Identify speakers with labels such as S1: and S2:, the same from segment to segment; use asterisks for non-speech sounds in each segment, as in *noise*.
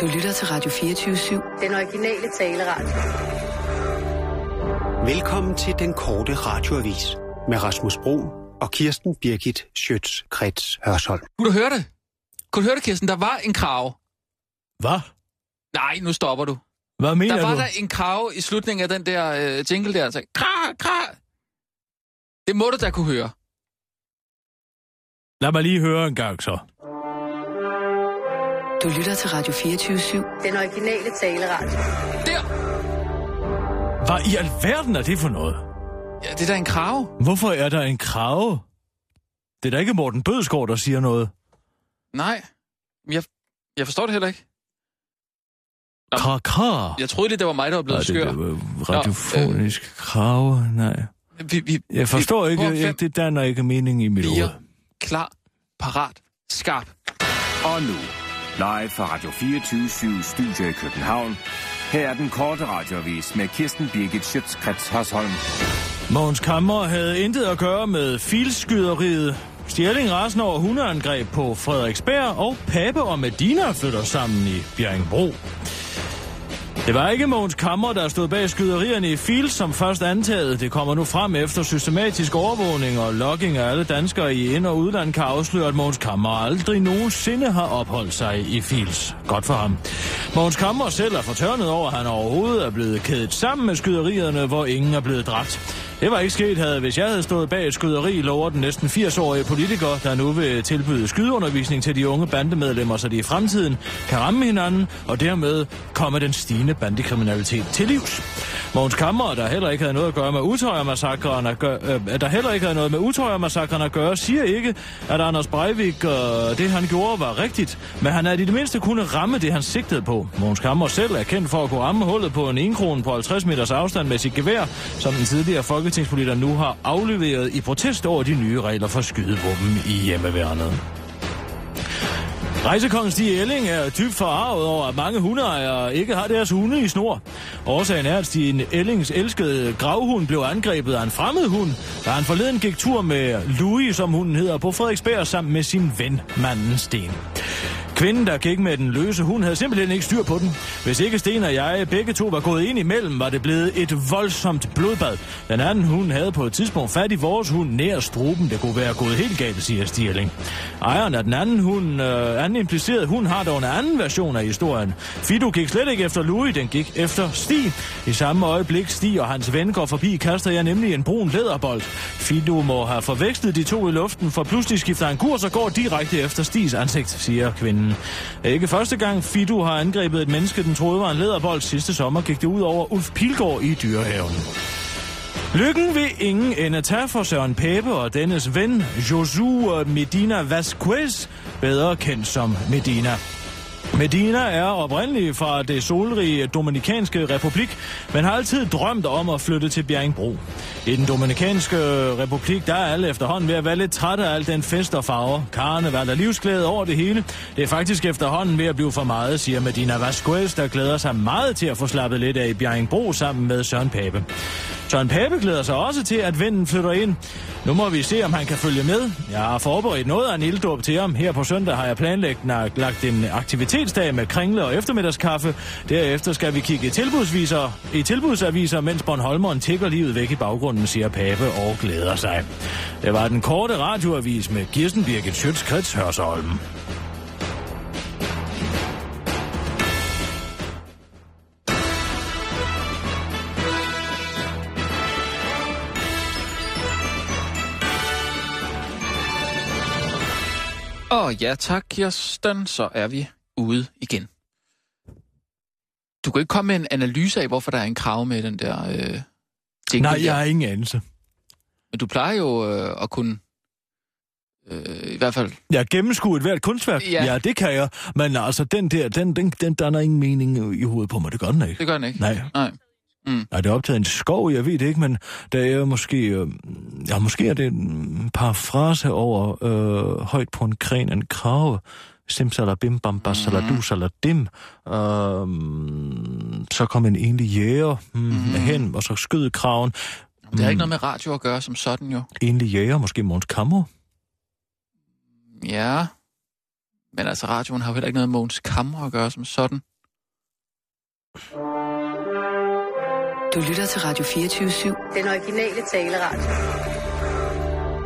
S1: Du lytter til Radio 24-7.
S2: Den originale taleradio.
S3: Velkommen til den korte radioavis med Rasmus Bro og Kirsten Birgit Schøtz-Krets Hørsholm.
S4: Kunne du høre det? Kunne du høre det, Kirsten? Der var en krav.
S5: Hvad?
S4: Nej, nu stopper du.
S5: Hvad mener
S4: Der var
S5: du?
S4: der en krav i slutningen af den der øh, jingle der, der sagde, kra, kra. Det må du da kunne høre.
S5: Lad mig lige høre en gang så.
S1: Du lytter til Radio 24-7.
S2: Den originale taleradio.
S4: Der!
S5: Hvad i alverden er det for noget?
S4: Ja, det er da en krav.
S5: Hvorfor er der en krave? Det er da ikke Morten Bødskov, der siger noget.
S4: Nej. Jeg, jeg forstår det heller ikke. Nå.
S5: Kra-kra.
S4: Jeg troede lige, det var mig, der var blevet
S5: Nej,
S4: skør.
S5: det, det var radiofonisk øh... krave, nej.
S4: Vi, vi,
S5: Jeg forstår
S4: vi,
S5: ikke,
S4: prøver
S5: jeg,
S4: fem,
S5: det danner ikke mening i mit hoved.
S4: fire, klar, parat, skarp.
S6: Og nu, live fra Radio 24 Studio i København. Her er den korte radiovis med Kirsten Birgit Schøtzgrads Hasholm.
S5: Mogens Kammer havde intet at gøre med filskyderiet. Stjæling rasen over hundeangreb på Frederiksberg, og Pape og Medina flytter sammen i Bjerringbro. Det var ikke Mogens Kammer, der stod bag skyderierne i Fils, som først antaget. Det kommer nu frem efter systematisk overvågning og logging af alle danskere i ind- og udland kan afsløre, at Mogens Kammer aldrig nogensinde har opholdt sig i Fils. Godt for ham. Mogens Kammer selv er fortørnet over, at han overhovedet er blevet kædet sammen med skyderierne, hvor ingen er blevet dræbt. Det var ikke sket, havde, hvis jeg havde stået bag et skyderi, lover den næsten 80-årige politiker, der nu vil tilbyde skydeundervisning til de unge bandemedlemmer, så de i fremtiden kan ramme hinanden og dermed komme den stigende bandekriminalitet til livs. Mogens Kammer, der heller ikke havde noget at gøre med utøjermassakren at gøre, øh, der heller ikke havde noget med utøjermassakren at gøre, siger ikke, at Anders Breivik, øh, det han gjorde, var rigtigt, men han havde i det mindste kunne ramme det, han sigtede på. Mogens Kammer selv er kendt for at kunne ramme hullet på en enkron på 50 meters afstand med sit gevær, som den tidligere folketingspolitiker nu har afleveret i protest over de nye regler for skydevåben i hjemmeværnet. Rejsekongen Stig Elling er dybt forarvet over, at mange hundeejere ikke har deres hunde i snor. Årsagen er, at Stig Ellings elskede gravhund blev angrebet af en fremmed hund, da han forleden gik tur med Louis, som hunden hedder, på Frederiksberg sammen med sin ven, manden Sten. Kvinden, der gik med den løse hund, havde simpelthen ikke styr på den. Hvis ikke Sten og jeg begge to var gået ind imellem, var det blevet et voldsomt blodbad. Den anden hund havde på et tidspunkt fat i vores hund nær struben. Det kunne være gået helt galt, siger Stirling. Ejeren af den anden hund, øh, anden impliceret hund, har dog en anden version af historien. Fido gik slet ikke efter Louis, den gik efter Stig. I samme øjeblik Stig og hans ven går forbi, kaster jeg nemlig en brun læderbold. Fido må have forvekslet de to i luften, for pludselig skifter han kurs og går direkte efter Stigs ansigt, siger kvinden. Ikke første gang Fido har angrebet et menneske, den troede var en læderbold. Sidste sommer gik det ud over Ulf Pilgaard i dyrehaven. Lykken vil ingen ende tage for Søren Pape og dennes ven, Joshua Medina Vasquez, bedre kendt som Medina. Medina er oprindelig fra det solrige Dominikanske Republik, men har altid drømt om at flytte til Bjerringbro. I den Dominikanske Republik, der er alle efterhånden ved at være lidt trætte af al den fest og farver. Karneval og livsglæde over det hele. Det er faktisk efterhånden ved at blive for meget, siger Medina Vasquez, der glæder sig meget til at få slappet lidt af i Bjerringbro sammen med Søren Pape. Søren Pape glæder sig også til, at vennen flytter ind. Nu må vi se, om han kan følge med. Jeg har forberedt noget af en ilddåb til ham. Her på søndag har jeg planlagt na- lagt en aktivitetsdag med kringle og eftermiddagskaffe. Derefter skal vi kigge i, tilbudsviser, i tilbudsaviser, mens Bornholmeren tigger livet væk i baggrunden, siger Pape og glæder sig. Det var den korte radioavis med Kirsten Birgit Schøtz-Krets Hørsholm.
S4: Og ja tak, Kirsten, så er vi ude igen. Du kan ikke komme med en analyse af, hvorfor der er en krav med den der øh, jingle
S5: Nej,
S4: der.
S5: jeg har ingen anelse.
S4: Men du plejer jo øh, at kunne... Øh, I hvert fald...
S5: Jeg gennemskuer et hvert kunstværk.
S4: Ja.
S5: Ja. ja, det kan jeg. Men altså, den der, den, den, den danner ingen mening i hovedet på mig. Det gør den ikke.
S4: Det gør den ikke.
S5: Nej.
S4: Nej.
S5: Nej, det er optaget i en skov, jeg ved det ikke, men der er måske... Øh, ja, måske er det en par fraser over øh, højt på en gren en krave. Simsalabim, bamba, saladu, saladim. Øh, så kom en enlig jæger mm, mm. hen, og så skød kraven.
S4: Det har ikke noget
S5: Mm.
S4: med radio at gøre som sådan, jo.
S5: Enlig jæger, måske Måns Kammer.
S4: Ja. Men altså, radioen har jo heller ikke noget med Mogens Kammer at gøre som sådan.
S1: Du lytter til Radio 24 /7.
S2: Den originale taleradio.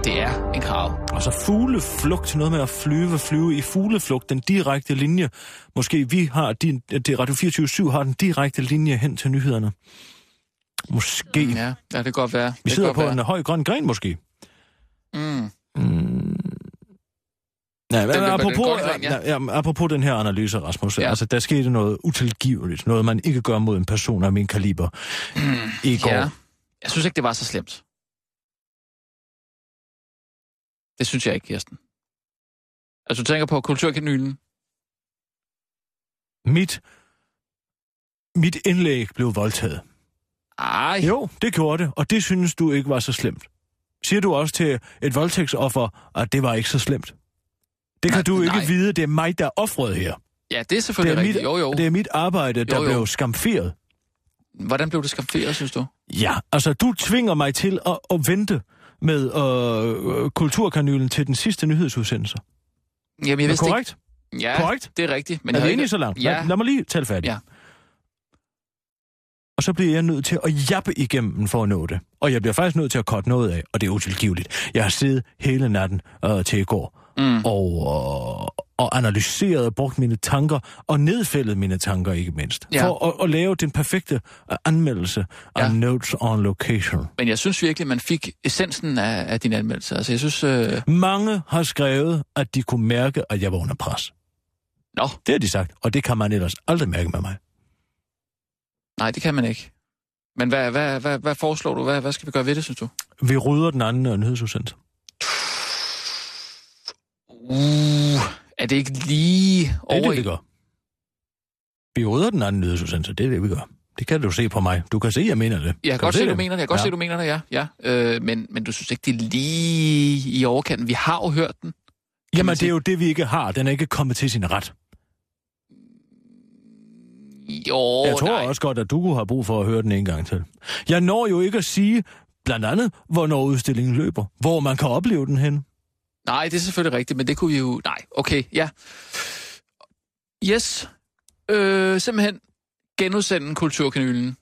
S4: Det er en krav.
S5: Og så fugleflugt, noget med at flyve, flyve i fugleflugt, den direkte linje. Måske vi har din, det Radio 24 har den direkte linje hen til nyhederne. Måske.
S4: Ja, ja det kan godt være. Det
S5: Vi
S4: kan
S5: sidder
S4: godt
S5: på
S4: være.
S5: en høj grøn gren, måske.
S4: Mm.
S5: Nej,
S4: Den
S5: men
S4: løber-
S5: apropos,
S4: den går i ring, ja.
S5: ja. Ja, men apropos den her analyse, Rasmus, ja.
S4: Ja.
S5: altså der skete noget utilgiveligt, noget man ikke gør mod en person af min kaliber i går.
S4: Hmm, Ja. Jeg synes ikke, det var så slemt. Det synes jeg ikke, Kirsten. Altså, du tænker på kulturkanylen?
S5: Mit, mit indlæg blev voldtaget.
S4: Ej,
S5: Jo, det gjorde det, og det synes du ikke var så slemt. Siger du også til et voldtægtsoffer, at det var ikke så slemt? Det kan
S4: Nej,
S5: du ikke
S4: nej.
S5: vide, det er mig, der er offret her.
S4: ja, det er
S5: Det
S4: selvfølgelig
S5: er, mit,
S4: rigtigt. Jo, jo.
S5: det er mit arbejde, der
S4: Jo,
S5: jo,
S4: jo.
S5: jo. blev skamferet.
S4: Hvordan blev det skamferet, synes du?
S5: Ja, altså du tvinger mig til at, at vente med øh, øh, kulturkanylen til den sidste nyhedsudsendelse.
S4: Jamen, jeg
S5: Er det
S4: vidste
S5: korrekt?
S4: ikke. Ja,
S5: Korrekt?
S4: det er rigtigt. Men
S5: Men er
S4: jeg
S5: vi
S4: havde
S5: enige
S4: ikke-
S5: så langt?
S4: Ja,
S5: Lad, lad mig lige tale færdigt.
S4: Ja.
S5: Og så bliver jeg nødt til at jappe igennem for at nå det. Og jeg bliver faktisk nødt til at korte noget af, og det er utilgiveligt. Jeg har siddet hele natten øh, til i går
S4: Mm.
S5: og, øh, og analyseret og brugt mine tanker, og nedfældet mine tanker ikke mindst,
S4: Ja.
S5: for at, at lave den perfekte øh, anmeldelse af
S4: Ja.
S5: Notes on Location.
S4: men jeg synes virkelig, man fik essensen af, af din anmeldelse. Altså, jeg synes... Øh...
S5: Mange har skrevet, at de kunne mærke, at jeg var under pres.
S4: Nå,
S5: Det har de sagt, og det kan man ellers aldrig mærke med mig.
S4: nej, det kan man ikke. Men hvad, hvad, hvad, hvad foreslår du? Hvad, hvad skal vi gøre ved det, synes du?
S5: Vi rydder den anden øh, nyhedsudsendelse.
S4: Uh, er det ikke lige
S5: Det er
S4: over
S5: det, vi
S4: i...
S5: gør. Vi rydder den anden nyhedsudsendelse, det er det, vi gør. Det kan du se på mig. Du kan se, jeg mener det.
S4: Jeg kan, godt se, du mener det. Jeg kan godt
S5: ja.
S4: se, du mener det, ja. ja. Øh, men, men du synes ikke, det er lige i overkanten. Vi har jo hørt den. man
S5: Jamen, det
S4: sige.
S5: er jo det, vi ikke har. Den er ikke kommet til sin ret.
S4: Jo,
S5: jeg tror
S4: nej.
S5: også godt, at du kunne have brug for at høre den en gang til. Jeg når jo ikke at sige, blandt andet, hvornår udstillingen løber. Hvor man kan opleve den hen.
S4: Nej, det er selvfølgelig rigtigt, men det kunne vi jo... Nej, okay, ja. Yes. Øh, simpelthen genudsende kulturkanylen.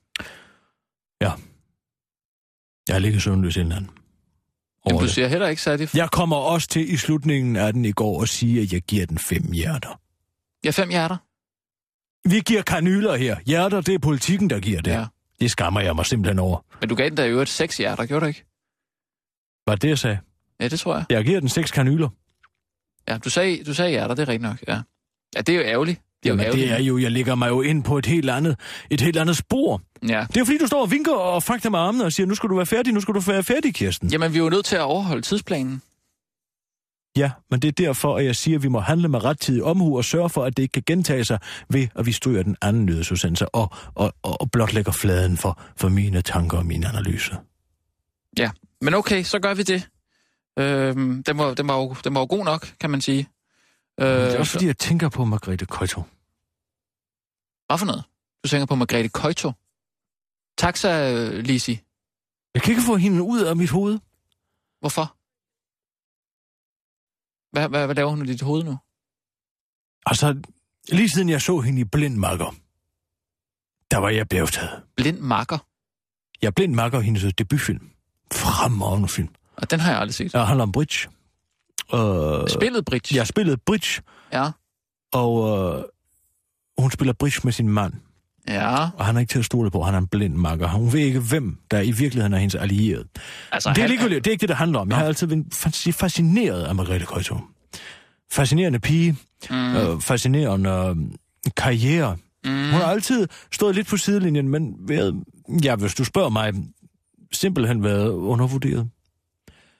S5: Jeg ligger søvnløs inden anden.
S4: Jamen, du siger heller ikke særlig... Ja.
S5: Jeg kommer også til i slutningen af den i går og sige, at jeg giver den fem hjerter.
S4: Jeg er fem hjerter.
S5: Vi giver kanyler her. Hjerter, det er politikken, der giver det. Ja. Det skammer jeg mig simpelthen over.
S4: Men du gav den der i øvrigt seks hjerter, gjorde du ikke?
S5: Var det, jeg sagde?
S4: Ja, det tror jeg.
S5: Jeg giver den seks kanyler.
S4: Ja, du sagde, du sagde hjerter, det er rigtigt nok, ja. Ja, det er jo ærgerligt. Det er jo
S5: Jamen,
S4: ærgerligt.
S5: det er jo, jeg ligger mig jo ind på et helt andet, et helt andet spor.
S4: Ja.
S5: Det er jo fordi, du står og vinker og fakter med armene og siger, nu skal du være færdig, nu skal du være færdig, Kirsten.
S4: Jamen, vi er jo nødt til at overholde tidsplanen.
S5: Ja, men det er derfor, at jeg siger, at vi må handle med rettidig omhu og sørge for, at det ikke kan gentage sig ved, at vi stryger den anden nyhedsudsendelse og, og, og, og blotlægger fladen for, for mine tanker og mine analyser.
S4: Men okay, så gør vi det. Øhm, den, var, den, var jo, den var jo god nok, kan man sige. Øh,
S5: Øh, det er også fordi, jeg tænker på Margrethe Køjto.
S4: Hvad for noget? Du tænker på Margrethe Køjto. Taxa, øh, Lisi.
S5: Jeg kan ikke få hende ud af mit hoved.
S4: Hvorfor? Hvad, hvad, hvad laver hun i dit hoved nu?
S5: Altså, lige siden jeg så hende i Blindmakker, der var jeg bjergtaget.
S4: Blind makker.
S5: Jeg Blindmakker hendes debutfilm. Fremragende film.
S4: Og den har jeg aldrig set.
S5: Jeg handler om bridge. Øh,
S4: Spillet bridge.
S5: jeg spillede bridge,
S4: Ja.
S5: og øh, hun spiller bridge med sin mand.
S4: ja.
S5: Og han er ikke til at stole på, han er en blind makker. Hun ved ikke, hvem der i virkeligheden er hendes allierede.
S4: Altså,
S5: Det er,
S4: han-
S5: ligegyldigt, det er ikke det, det handler om. Jeg har altid været fasci- fascineret af Margrethe Køjto. Fascinerende pige, mm. øh, fascinerende øh, karriere. Mm. Hun har altid stået lidt på sidelinjen, men været, ja, hvis du spørger mig, simpelthen været undervurderet.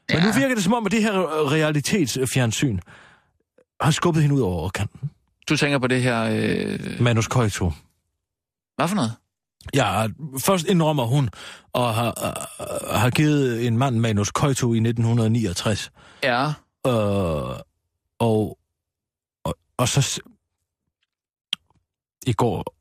S5: Ja. Men nu virker det som om, at det her øh, realitetsfjernsyn har skubbet hende ud over kanten.
S4: Du tænker på det her... Øh,
S5: Manus Køjto.
S4: hvad for noget?
S5: Ja, først indrømmer hun, og har, øh, har givet en mand Manus Koito i 1969.
S4: Ja.
S5: Øh, og, og, og så... s- I går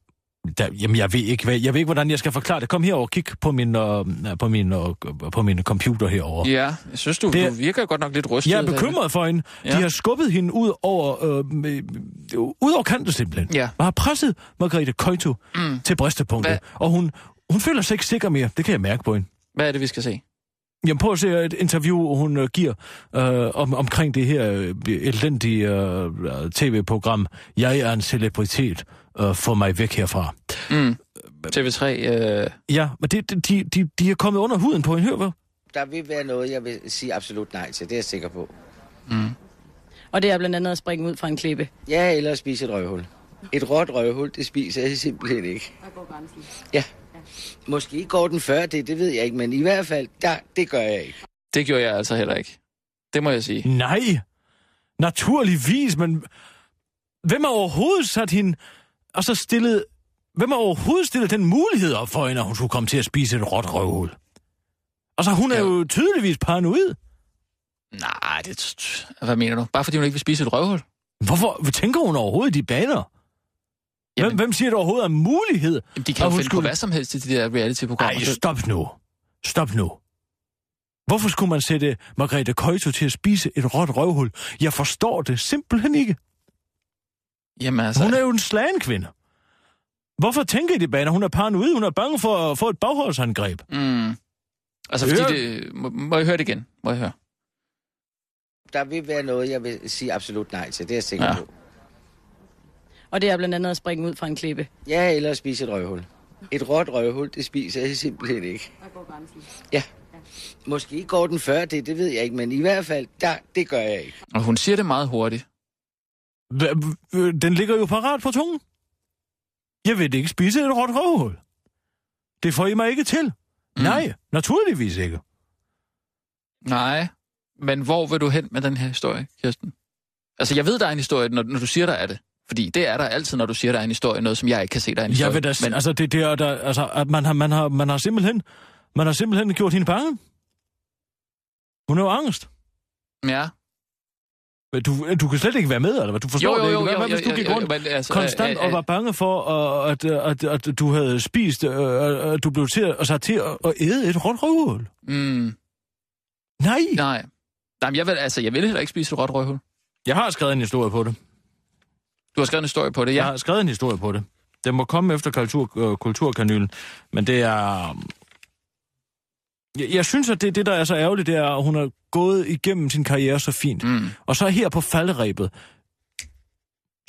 S5: Der, jamen, jeg ved, ikke, hvad, jeg ved ikke, hvordan jeg skal forklare det. Kom herover og kig på min, øh, på min, øh, på min computer herover.
S4: Ja, jeg synes, du,
S5: Det-
S4: det... du virker godt nok lidt rystet.
S5: Jeg er
S4: David.
S5: bekymret for hende. Ja.
S4: Ja.
S5: De har skubbet hende ud over, øh, øh, ud over kanten simpelthen.
S4: Ja.
S5: Og har presset Margrethe Køjto mm. til bristepunktet.
S4: Hvad-
S5: Og hun, hun føler sig ikke sikker mere. Det kan jeg mærke på hende.
S4: Hvad er det, vi skal se?
S5: Jamen, prøv at se et interview, hun øh, giver øh, om, omkring det her øh, elendige øh, tv-program. Jeg er en celebritet. Øh, få mig væk herfra.
S4: Mm. TV3, øh...
S5: Ja, men det, det- de, de, de er kommet under huden på en hør, vel?
S7: Der vil være noget, jeg vil sige absolut nej til. Det er jeg sikker på.
S2: Og det er blandt andet at springe ud fra en klippe.
S7: Ja, eller at spise et røvhul. Et råt røvhul, det spiser jeg simpelthen ikke. Der går grænsen. Ja. Måske går den før det, det ved jeg ikke, men i hvert fald, der, det gør jeg ikke.
S4: det gjorde jeg altså heller ikke. Det må jeg sige.
S5: Nej, naturligvis, men hvem har overhovedet sat hende, og så stillet, hvem har overhovedet stillet den mulighed op for hende, at hun skulle komme til at spise et råt røvhul? Altså, hun er
S4: Ja.
S5: jo tydeligvis paranoid.
S4: Nej, det... Hvad mener du? Bare fordi hun ikke vil spise et røvhul?
S5: Hvorfor tænker hun overhovedet i de baner? Hvem,
S4: Jamen-
S5: hvem siger, at det overhovedet er en mulighed?
S4: Jamen, de kan
S5: Og
S4: jo
S5: hun
S4: finde skulle... på
S5: skulle-
S4: hvad som helst i de der reality-programmer.
S5: Nej,
S4: Så-
S5: stop nu. Stop nu. Hvorfor skulle man sætte Margrethe Køjto til at spise et råt røvhul? Jeg forstår det simpelthen ikke.
S4: Jamen altså,
S5: Hun er jo en slagen kvinde. Hvorfor tænker I det baner? Hun er paranoid, hun er bange for at få et bagholdsangreb.
S4: mm, altså fordi
S5: Hør-
S4: det... Må, må jeg høre det igen? Må jeg høre?
S7: Der vil være noget, jeg vil sige absolut nej til. Det er jeg sikker
S4: Ja.
S7: ja. på.
S2: Og det er blandt andet at springe ud fra en klippe.
S7: Ja, eller at spise et røvhul. Et råt røvhul, det spiser jeg simpelthen ikke. Der går grænsen. Ja. Måske går den før det, det ved jeg ikke, men i hvert fald, der, det gør jeg ikke.
S4: Og hun siger det meget hurtigt.
S5: Hva- øh, Den ligger jo parat på tungen. Jeg vil ikke spise et råt røvhul. Det får I mig ikke til. Mm. Nej, naturligvis ikke.
S4: Nej, men hvor vil du hen med den her historie, Kirsten? Altså, jeg ved, der er en historie, når, når du siger, der er det. Fordi det er der altid, når du siger, der er en historie, noget som jeg ikke kan se, der er en historie.
S5: Jeg vil da, men...
S4: men,
S5: altså det der, der altså, at man har, man har, man har simpelthen, man har simpelthen gjort hende bange. Hun har jo angst.
S4: ja.
S5: Men Du, du kan slet ikke være med, eller hvad? Du forstår det ikke. Hvad, hvad hvis du gik rundt
S4: men altså,
S5: konstant og var bange for, øh, at, øh, at, at, du havde spist, øh, øh, du blev til at, sat til at, at æde et råt røvhul?
S4: Mm,
S5: Nej!
S4: nej. Nej, men jeg vil, altså, jeg vil heller ikke spise et råt røghul.
S5: Jeg har skrevet en historie på det.
S4: Du har skrevet en historie på det,
S5: Jeg
S4: ja.
S5: har skrevet en historie på det. Den må komme efter kultur, øh, kulturkanylen, men det er... øh, Jeg, jeg synes, at det, det, der er så ærgerligt, det er, at hun har gået igennem sin karriere så fint.
S4: Mm,
S5: Og så her på falderæbet,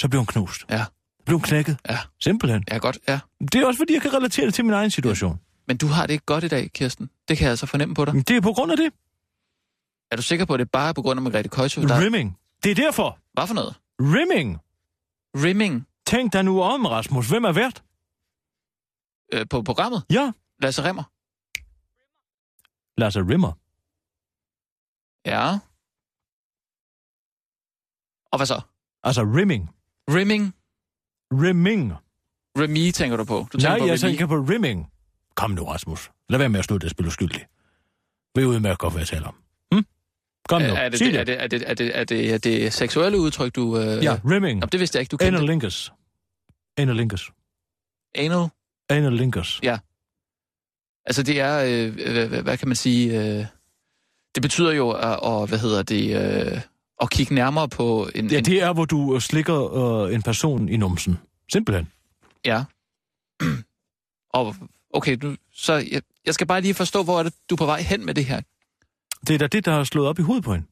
S5: så blev hun knust.
S4: Ja.
S5: Blev hun knækket.
S4: Ja.
S5: Simpelthen.
S4: ja, godt, ja.
S5: Det er også, fordi jeg kan relatere det til min egen situation.
S4: Men du har det ikke godt i dag, Kirsten. Det kan jeg altså fornemme på dig.
S5: Men Det er på grund af det.
S4: Er du sikker på, at det bare er på grund af Margrethe Køjto, der...
S5: Rimming. Det er derfor.
S4: Hvad for noget?
S5: Rimming.
S4: Rimming
S5: Tænk dig nu om, Rasmus. Hvem er vært?
S4: øh, på programmet?
S5: Ja.
S4: Lasse Remmer?
S5: Lasse Rimmer.
S4: Ja. Og hvad så?
S5: Altså rimming.
S4: Rimming?
S5: Rimming.
S4: Remy tænker du på? Du tænker
S5: Nej,
S4: på
S5: jeg
S4: Remy.
S5: tænker på rimming. Kom nu, Rasmus. Lad være med at stå det spil uskyldig. Vi er udmærket godt, hvad jeg taler om. Hm? Kom nu.
S4: Er, er, det,
S5: Sig
S4: er, det, er, det, er, det, er, det, er det seksuelle udtryk, du... Øh...
S5: Ja, rimming.
S4: Nå, det vidste jeg ikke, du kendte.
S5: Anal Linkers. Anal Linkers.
S4: Anal.
S5: Anal Linkers.
S4: Altså, det er... Øh, hvad, hvad, hvad kan man sige? Øh... Det betyder jo, at, og, hvad hedder det... Øh... At kigge nærmere på en...
S5: Ja,
S4: en...
S5: det er, hvor du øh, slikker øh, en person i numsen. Simpelthen.
S4: Ja. *clears throat* og okay, nu, så jeg, jeg skal bare lige forstå, hvor er det, du er på vej hen med det her.
S5: Det er da det, der har slået op i hovedet på hende.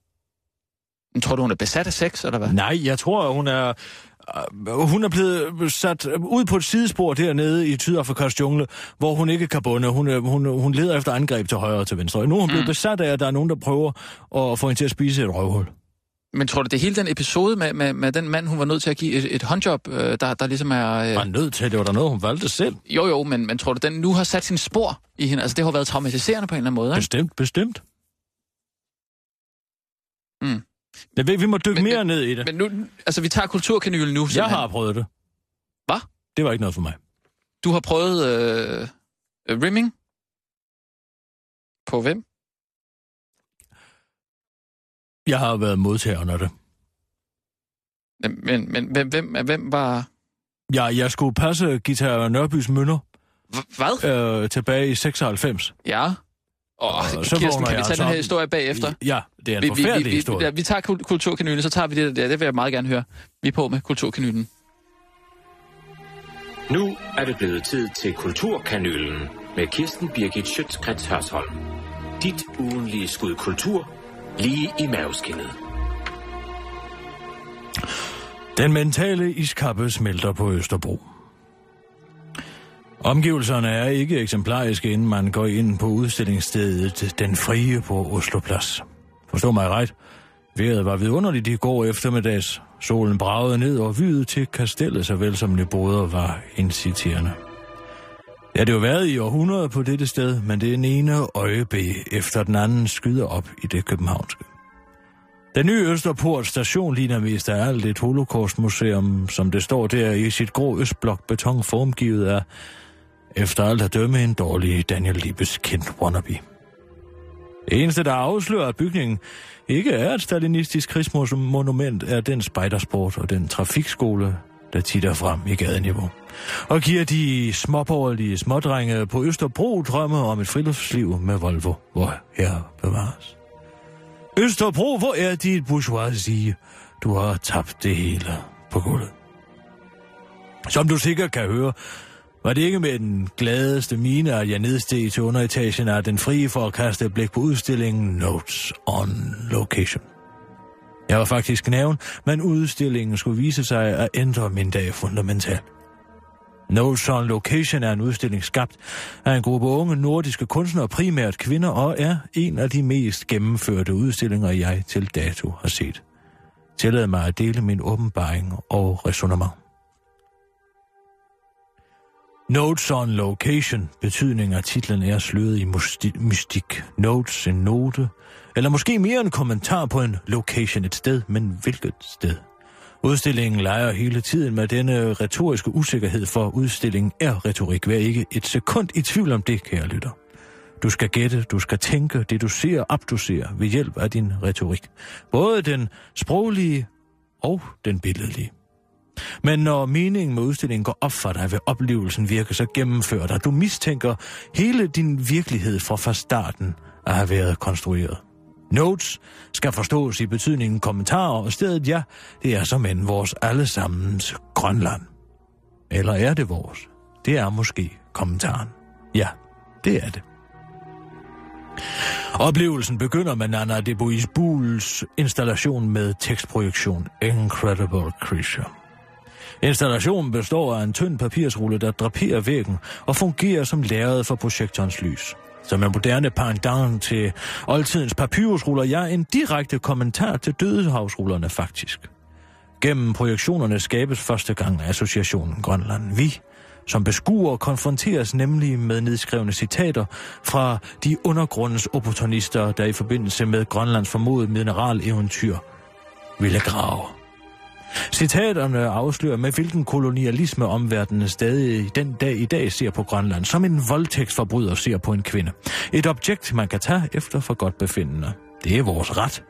S4: Men Tror du, hun er besat af sex, eller hvad?
S5: Nej, jeg tror, hun er... øh, Hun er blevet sat ud på et sidespor dernede i Sydafrikas jungle, hvor hun ikke kan bunde. Hun, øh, hun, hun leder efter angreb til højre og til venstre. Nu er hun blevet
S4: Mm.
S5: besat af, at der er nogen, der prøver at få hende til at spise et røvhul.
S4: Men tror du, det er hele den episode med, med, med den mand, hun var nødt til at give et, et håndjob, øh, der, der ligesom er...
S5: Var
S4: Øh,
S5: nødt til, det var der noget, hun valgte selv.
S4: jo, jo, men, men tror du, den nu har sat sin spor i hende? Altså, det har været traumatiserende på en eller anden måde, ikke?
S5: Bestemt, bestemt.
S4: Mm.
S5: Jeg ved, vi må dykke
S4: Men-
S5: mere
S4: men-
S5: ned i det.
S4: Men nu, altså, vi tager kulturkanylen nu.
S5: jeg
S4: simpelthen.
S5: har prøvet det.
S4: Hvad?
S5: Det var ikke noget for mig.
S4: Du har prøvet øh, øh, rimming. På hvem?
S5: Jeg har været modtager af det.
S4: Men, men hvem, hvem, hvem var...
S5: Ja, jeg skulle passe Gita Nørbys mønner
S4: H- hvad?
S5: øh, tilbage i 96.
S4: Ja. Og
S5: så
S4: Kirsten,
S5: vågner
S4: kan vi tage den
S5: jeg
S4: her
S5: altså op.
S4: historie bagefter?
S5: Ja, det er en
S4: vi,
S5: forfærdelig
S4: vi, vi,
S5: historie.
S4: ja, vi tager kul- kulturkanylen, så tager vi det der. Det vil jeg meget gerne høre. Vi er på med kulturkanylen.
S8: Nu er det blevet tid til Kulturkanylen med Kirsten Birgit Schøtzgrads Hørsholm. Dit ugenlige skud kultur lige i maveskinnet.
S5: Den mentale iskappe smelter på Østerbro. Omgivelserne er ikke eksemplariske, inden man går ind på udstillingsstedet Den Frie på Osloplads. Forstå mig ret. Vejret var vidunderligt i går eftermiddags. Solen bragede ned, og vyet til kastellet såvel som Leboder var inciterende. Det har det jo været i århundreder på dette sted, men det er en ene øjeblik efter den anden skyder op i det københavnske. Den nye Østerport station ligner mest af alt et holocaustmuseum, som det står der i sit grå østblok beton formgivet af, efter alt at dømme en dårlig Daniel Libes kendt wannabe. Det eneste, der afslører, at bygningen ikke er et stalinistisk krigsmonument, er den spejdersport og den trafikskole, der titter frem i gadeniveau. Og giver de småborgerlige smådrenge på Østerbro drømme om et friluftsliv med Volvo, hvor her bevares. Østerbro, hvor er dit bourgeoisie? Du har tabt det hele på gulvet. Som du sikkert kan høre, var det ikke med den gladeste mine, at jeg nedsteg til underetagen af den frie for at kaste et blik på udstillingen Notes on Location. Jeg var faktisk knæven, men udstillingen skulle vise sig at ændre min dag fundamentalt. Notes on Location er en udstilling skabt af en gruppe unge nordiske kunstnere, primært kvinder, og er en af de mest gennemførte udstillinger, jeg til dato har set. Tillad mig at dele min åbenbaring og resonemang. Notes on Location, betydning af titlen er sløret i musti- mystik. Notes, en note, eller måske mere en kommentar på en location, et sted, men hvilket sted? Udstillingen leger hele tiden med denne retoriske usikkerhed, for udstillingen er retorik. Vær ikke et sekund i tvivl om det, kære lytter. Du skal gætte, du skal tænke, deducere, abducere ved hjælp af din retorik. Både den sproglige og den billedlige. Men når meningen med udstillingen går op for dig, vil oplevelsen virke så gennemført, at du mistænker hele din virkelighed fra fra starten at have været konstrueret. Notes skal forstås i betydningen kommentarer, og stedet ja, det er som end vores allesammens Grønland. Eller er det vores? Det er måske kommentaren. Ja, det er det. Oplevelsen begynder med Nana de Bois Buhls installation med tekstprojektion Incredible Creature. Installationen består af en tynd papirsrulle, der draperer væggen og fungerer som lærred for projektorens lys. Som en moderne pendant til oldtidens papyrusruller, jeg er en direkte kommentar til dødehavsrullerne faktisk. Gennem projektionerne skabes første gang associationen Grønland Vi, som beskuer konfronteres nemlig med nedskrevne citater fra de undergrundens opportunister, der i forbindelse med Grønlands formodede mineraleventyr ville grave. Citaterne afslører, med hvilken kolonialisme omverdenen stadig den dag i dag ser på Grønland, som en voldtægtsforbryder ser på en kvinde. Et objekt, man kan tage efter for godt befindende. Det er vores ret.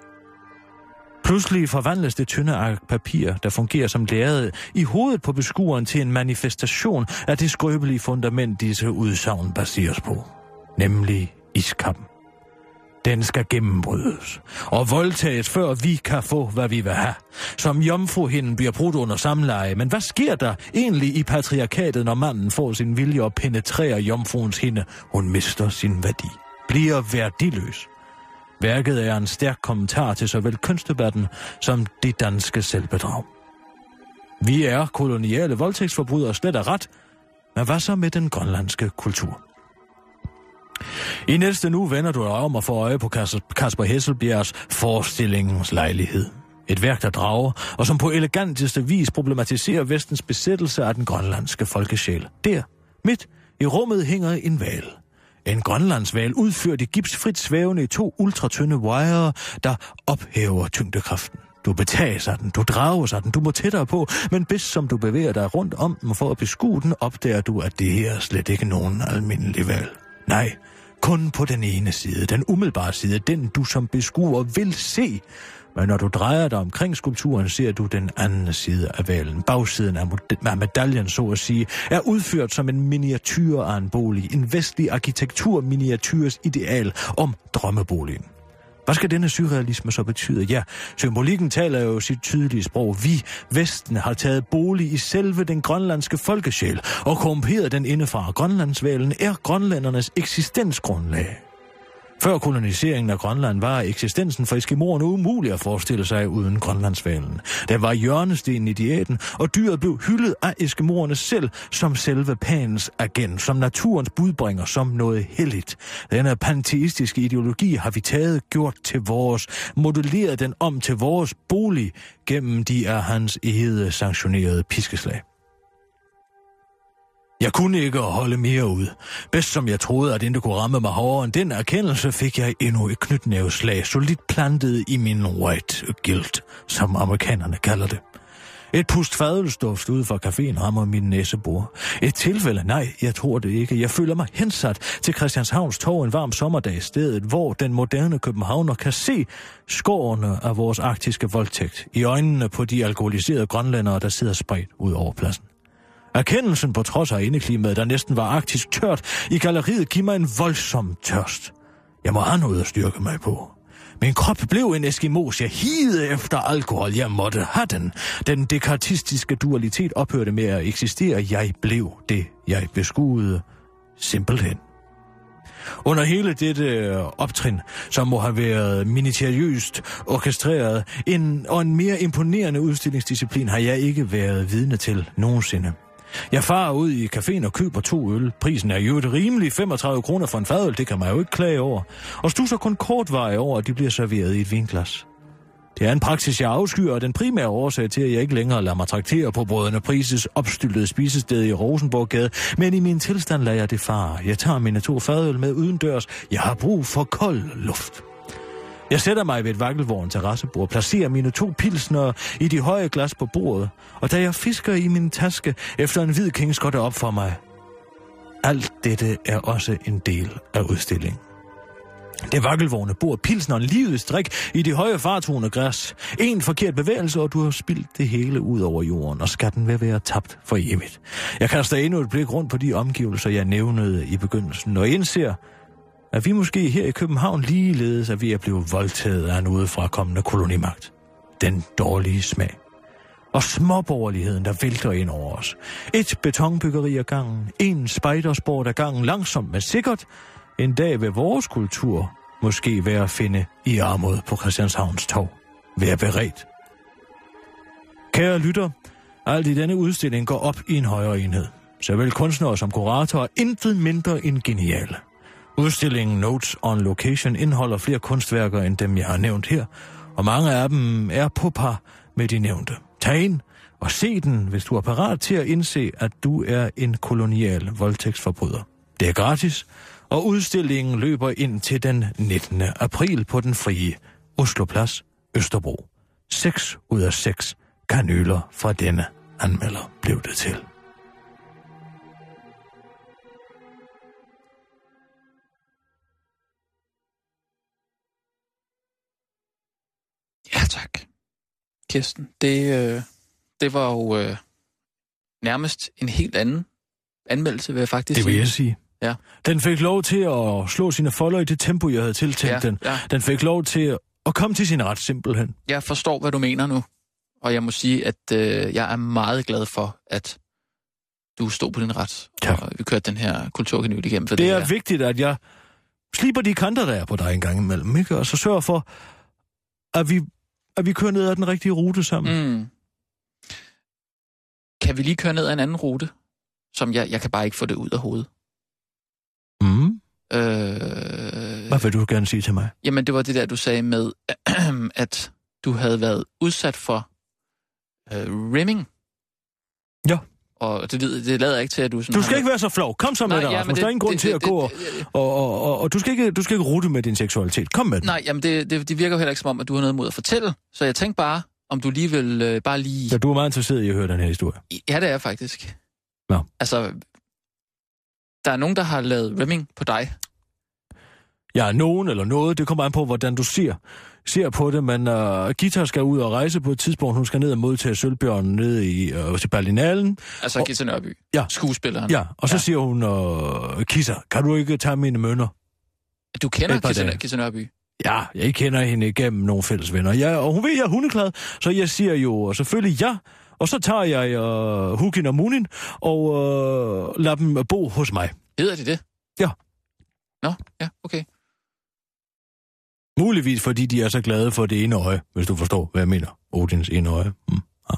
S5: Pludselig forvandles det tynde ark papir, der fungerer som lærred, i hovedet på beskueren til en manifestation af det skrøbelige fundament, disse udsagn baseres på. Nemlig iskappen. Den skal gennembrydes og voldtages, før vi kan få, hvad vi vil have. Som jomfruhinden bliver brudt under samleje, men hvad sker der egentlig i patriarkatet, når manden får sin vilje og penetrerer jomfruens hinde? Hun mister sin værdi, bliver værdiløs. Værket er en stærk kommentar til såvel kunstdebatten som det danske selvbedrag. Vi er koloniale voldtægtsforbrydere slet og ret, men hvad så med den grønlandske kultur? I næste nu vender du dig om og får øje på Kas- Kasper Hesselbjergs forestillingens lejlighed. Et værk, der drager, og som på eleganteste vis problematiserer vestens besættelse af den grønlandske folkesjæl. Der, midt i rummet, hænger en val. En grønlandsval udført i gipsfrit svævende i to ultratynde wire, der ophæver tyngdekraften. Du betager sig den, du drager sig den, du må tættere på, men bedst som du bevæger dig rundt om den for at beskue den, opdager du, at det her er slet ikke nogen almindelig valg. Nej, kun på den ene side, den umiddelbare side, den du som beskuer vil se, Men når du drejer dig omkring skulpturen, ser du den anden side af valen. Bagsiden af mod- af medaljen, så at sige, er udført som en miniatyr af en bolig. En vestlig arkitekturminiatyrs ideal om drømmeboligen. Hvad skal denne surrealisme så betyde? Ja, symbolikken taler jo sit tydelige sprog. Vi, Vesten, har taget bolig i selve den grønlandske folkesjæl og korrumperet den indefra. Grønlandsvalen er grønlændernes eksistensgrundlag. Før koloniseringen af Grønland var eksistensen for eskimoerne umulig at forestille sig uden Grønlandsvalen. Den var hjørnestenen i diæten, og dyret blev hyldet af eskimoerne selv som selve panens agent, som naturens budbringer, som noget helligt. Denne panteistiske ideologi har vi taget gjort til vores, modelleret den om til vores bolig gennem de af hans egede sanktionerede piskeslag. Jeg kunne ikke holde mere ud. Bedst som jeg troede, at det kunne ramme mig hårdere end den erkendelse, fik jeg endnu et knytnæveslag, solidt plantet i min white guilt, som amerikanerne kalder det. Et pust fadelstof ude fra caféen rammer min næsebor. Et tilfælde? Nej, jeg tror det ikke. Jeg føler mig hensat til Christianshavns Torv en varm sommerdag i stedet, hvor den moderne københavner kan se skårene af vores arktiske voldtægt i øjnene på de alkoholiserede grønlændere, der sidder spredt ud over pladsen. Erkendelsen på trods af indeklimaet, der næsten var arktisk tørt, i galleriet giver mig en voldsom tørst. Jeg må have noget at styrke mig på. Min krop blev en eskimos. Jeg higede efter alkohol. Jeg måtte have den. Den dekartistiske dualitet ophørte med at eksistere. Jeg blev det, jeg beskuede. Simpelthen. Under hele dette øh, optrin, som må have været minutiøst orkestreret, en, og en mere imponerende udstillingsdisciplin har jeg ikke været vidne til nogensinde. Jeg farer ud i caféen og køber to øl. Prisen er jo et rimelig 35 kroner for en fadøl, det kan man jo ikke klage over. Og stusser kun kort vej over, at de bliver serveret i et vinglas. Det er en praksis, jeg afskyer, og den primære årsag til, at jeg ikke længere lader mig traktere på brødrene Prises opstyltede spisested i Rosenborggade, men i min tilstand lader jeg det fare. Jeg tager mine to fadøl med udendørs. Jeg har brug for kold luft. Jeg sætter mig ved et vakkelvogn terrassebord, placerer mine to pilsner i de høje glas på bordet, og da jeg fisker i min taske efter en hvid kings, går det op for mig. Alt dette er også en del af udstillingen. Det vakkelvågne bord, pilsneren, livets drik i de høje fartone græs. En forkert bevægelse, og du har spildt det hele ud over jorden, og skatten vil være tabt for evigt. Jeg kaster endnu et blik rundt på de omgivelser, jeg nævnede i begyndelsen, og indser, at vi måske her i København ligeledes er ved at blive voldtaget af en udefrakommende kolonimagt. Den dårlige smag og småborgerligheden, der vælter ind over os. Et betonbyggeri ad gangen, en spejdersport ad gangen, langsomt men sikkert. En dag vil vores kultur måske være at finde i armod på Christianshavns tog. Vær beredt. Kære lytter, alt i denne udstilling går op i en højere enhed. Såvel kunstnere som kuratorer er intet mindre end geniale. Udstillingen Notes on Location indeholder flere kunstværker end dem, jeg har nævnt her, og mange af dem er på par med de nævnte. Tag ind og se den, hvis du er parat til at indse, at du er en kolonial voldtægtsforbryder. Det er gratis, og udstillingen løber ind til den 19. april på den frie Osloplads Østerbro. 6 ud af 6 kanyler fra denne anmelder blev det til.
S4: Ja, tak. Kirsten, det, øh, det var jo øh, nærmest en helt anden anmeldelse, vil jeg faktisk
S5: Det vil
S4: sige.
S5: jeg sige.
S4: Ja.
S5: Den fik lov til at slå sine folder i det tempo, jeg havde tiltænkt
S4: Ja,
S5: den.
S4: ja.
S5: Den fik lov til at komme til sin ret simpelthen.
S4: Jeg forstår, hvad du mener nu, og jeg må sige, at øh, jeg er meget glad for, at du stod på din ret,
S5: Tak.
S4: og vi kørte den her kulturkanyl igennem. For
S5: Det er vigtigt, at jeg sliber de kanter, der er på dig en gang imellem, ikke? og så sørger for, at vi, at vi kører ned ad den rigtige rute sammen. Mm.
S4: Mm. Kan vi lige køre ned ad en anden rute, som jeg, jeg kan bare ikke få det ud af hovedet?
S5: Mm.
S4: Øh,
S5: Hvad vil du gerne sige til mig?
S4: Jamen, det var det der, du sagde med, *clears throat* at du havde været udsat for øh, rimming.
S5: Ja.
S4: Og det, lyder- det lader ikke til, at du sådan...
S5: Du skal ikke være så flov. Kom så med dig, Rasmus. Der er ingen grund til at gå og... Og, og, og, og du, skal ikke, du skal ikke rute med din seksualitet. Kom med den.
S4: Nej, jamen, det, det, det virker jo heller ikke som om, at du har noget mod at fortælle. Så jeg tænkte bare, om du lige vil... Øh, bare lige...
S5: Ja, du er meget interesseret i at høre den her historie.
S4: Ja, det er jeg faktisk.
S5: Nå.
S4: Altså, der er nogen, der har lavet rimming på dig.
S5: Ja, nogen eller noget, det kommer an på, hvordan du ser, ser på det, men uh, Gita skal ud og rejse på et tidspunkt. Hun skal ned og modtage Sølvbjørnen nede i, uh, til Berlinalen.
S4: Altså Gita Nørby,
S5: Ja.
S4: skuespilleren.
S5: Ja, og så ja. siger hun, uh, Kissa, kan du ikke tage mine mønter?
S4: Du
S5: Et par
S4: kender Gita,
S5: dage.
S4: Gita Nørby.
S5: Ja, jeg kender hende igennem nogle fælles venner. Ja, og hun ved, jeg er hundeklad, så jeg siger jo øh, selvfølgelig ja. Og så tager jeg øh, Hukin og Munin og øh, lader dem bo hos mig.
S4: Hedder de det?
S5: Ja.
S4: Nå, ja, okay.
S5: Muligvis fordi de er så glade for det ene øje, hvis du forstår, hvad jeg mener. Odins ene øje. Mm. Ah.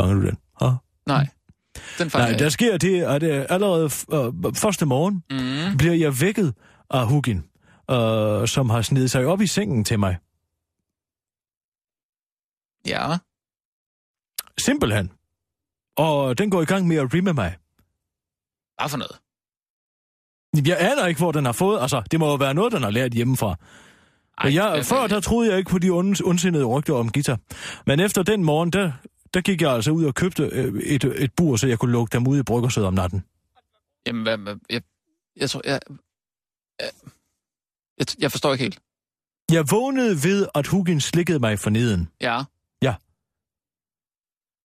S5: Fanger du den? Ah.
S4: Nej. Den
S5: Nej,
S4: fanger
S5: der
S4: jeg.
S5: sker det, at øh, allerede f- øh, første morgen
S4: Mm.
S5: bliver jeg vækket af Hugin, øh, som har snedet sig op i sengen til mig.
S4: Ja.
S5: Simpelthen. Og den går i gang med at rimme mig.
S4: Hvad for noget?
S5: Jeg aner ikke, hvor den har fået. Altså, det må jo være noget, den har lært hjemmefra. Ej, jeg,
S4: hvad
S5: før
S4: fanden?
S5: der troede jeg ikke på de onds, ondsindede rygter om guitar. Men efter den morgen, der, der gik jeg altså ud og købte øh, et, et bur, så jeg kunne lukke dem ud i bryggersødet om natten.
S4: Jamen, hvad, hvad, jeg, jeg tror, jeg, jeg, jeg, jeg forstår ikke helt.
S5: Jeg vågnede ved, at Hugin slikkede mig for neden.
S4: Ja.
S5: Ja.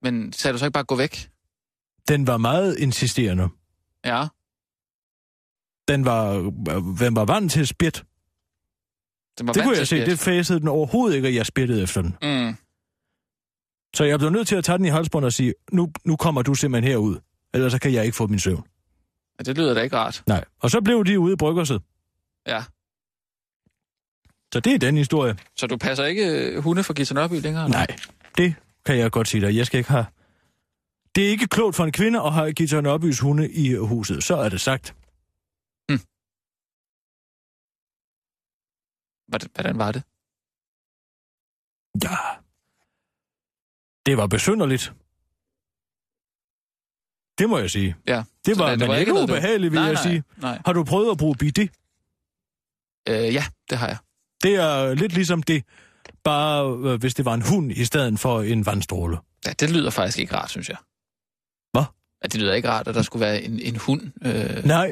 S4: Men sagde du så ikke bare gå væk?
S5: Den var meget insisterende.
S4: Ja.
S5: Den var, øh, den var vant til spit.
S4: Den var
S5: Det
S4: vant til
S5: kunne jeg
S4: at
S5: se.
S4: spjætte.
S5: Det fæsede den overhovedet ikke, at jeg spyttede efter den.
S4: Mm.
S5: Så jeg blev nødt til at tage den i halsbånd og sige, nu, nu kommer du simpelthen herud. Ellers så kan jeg ikke få min søvn.
S4: Ja, det lyder da ikke rart.
S5: Nej. Og så blev de ude i bryggerset.
S4: Ja.
S5: Så det er den historie.
S4: Så du passer ikke øh, hunde for Gita Nørby længere?
S5: Nej, det kan jeg godt sige dig. Jeg skal ikke have... Det er ikke klogt for en kvinde at have Gita Nørbys hunde i huset. Så er det sagt.
S4: Hvordan, hvordan var det?
S5: Ja. Det var besynderligt. Det må jeg sige.
S4: Ja.
S5: Det var,
S4: da-
S5: men ikke
S4: noget, du-
S5: ubehageligt, vil
S4: nej,
S5: jeg
S4: nej,
S5: sige.
S4: Nej,
S5: Har du prøvet at bruge bidet?
S4: øh, ja, det har jeg.
S5: Det er lidt ligesom det, bare øh, hvis det var en hund i stedet for en vandstråle.
S4: Ja, det lyder faktisk ikke rart, synes jeg.
S5: Hvad?
S4: Ja, det lyder ikke rart, at der skulle være en, en hund. Øh,
S5: Nej,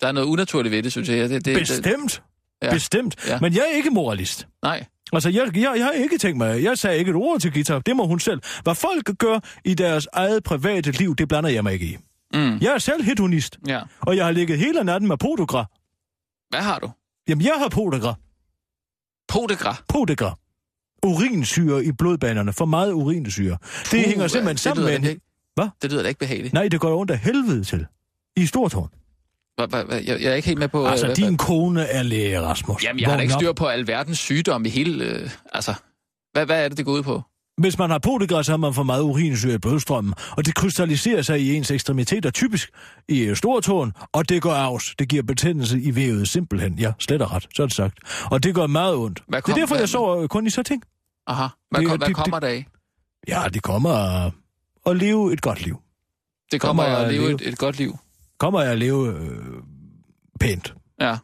S4: der er noget unaturligt ved det, synes jeg. Ja, Det, det, det,
S5: bestemt.
S4: Ja.
S5: Bestemt.
S4: Ja.
S5: Men jeg er ikke moralist.
S4: nej,
S5: Altså, jeg, jeg, jeg har ikke tænkt mig, jeg sagde ikke et ord til guitar. Det må hun selv. Hvad folk gør i deres eget private liv, det blander jeg mig ikke i.
S4: Mm.
S5: Jeg er selv hedonist,
S4: ja.
S5: og jeg har ligget hele natten med podegra.
S4: Hvad har du?
S5: Jamen, jeg har podegra.
S4: Podegra.
S5: Podegra. Urinsyre i blodbanerne. For meget urinsyre. Det
S4: Puh,
S5: hænger
S4: ja,
S5: simpelthen
S4: Uh, det
S5: sammen
S4: lyder
S5: med
S4: da
S5: en...
S4: ikke-
S5: Hvad?
S4: Det lyder da ikke behageligt.
S5: Nej, det går ondt af helvede til. I stortårn.
S4: Hva, hva, hva, jeg, jeg er ikke helt med på... øh,
S5: Altså,
S4: hvad-
S5: din kone er læge, Rasmus.
S4: Jamen, jeg har da
S5: Vågn
S4: ikke
S5: op.
S4: styr på alverdens sygdomme i hele... Øh, altså, hvad, hvad er det, det går ud på?
S5: Hvis man har podegra, så har man for meget urinsyre i blodstrømmen, og det krystalliserer sig i ens ekstremiteter, typisk i øh, stortåen, og det går afs. Det giver betændelse i vævet simpelthen. Ja, slet og ret, sådan sagt. Og det gør meget ondt.
S4: Hvad
S5: det
S4: kom-
S5: er derfor,
S4: hvad-
S5: jeg sover øh, kun i så ting.
S4: Aha. Hvad,
S5: Det-
S4: kom, hvad
S5: det-
S4: kommer der af?
S5: Ja, det kommer at, at leve et godt liv.
S4: Det kommer
S5: kommer
S4: af at
S5: at
S4: leve
S5: leve.
S4: et, et godt liv.
S5: Kommer at leve øh, pænt.
S4: Ja.